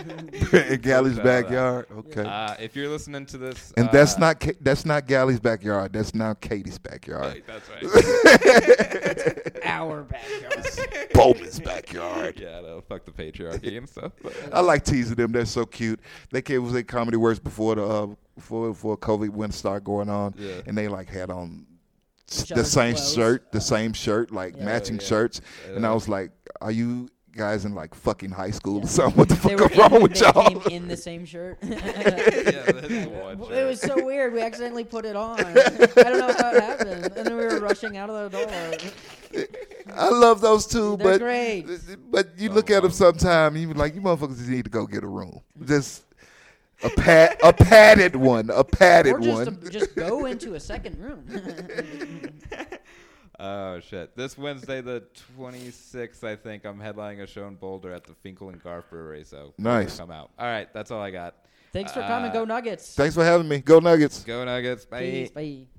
in Galley's uh, backyard. Okay. Uh, if you're listening to this, and uh, that's not Ka- that's not Galley's backyard. That's now Katie's backyard. That's right. Our backyard. Bowman's backyard. yeah, no, fuck the patriarchy and stuff. But, I like teasing them. They're so cute. They came was at Comedy Works before the uh, before before COVID went start going on, Yeah. and they like had on s- Each the other's same clothes. shirt, the same shirt, like Yeah. matching Yeah. shirts. And I Yeah. was like, "Are you guys in like fucking high school Yeah. or something? What the They fuck were is wrong in, with they y'all?" came in the same shirt. yeah, that's the one. Well, sure. It was so weird. We accidentally put it on. I don't know how it happened. And then we were rushing out of the door. I love those 2 They're but great. but you look Oh, at wow. them sometime, and you be like, "You motherfuckers just need to go get a room." Just. A pad, a padded one, a padded Or just, one. just go into a second room. Oh shit! This Wednesday, the twenty sixth, I think I'm headlining a show in Boulder at the Finkel and Garf Brewery. So Nice. come out. All right, that's all I got. Thanks for coming. Uh, Go Nuggets. Thanks for having me. Go Nuggets. Go Nuggets! Bye. Peace. Bye.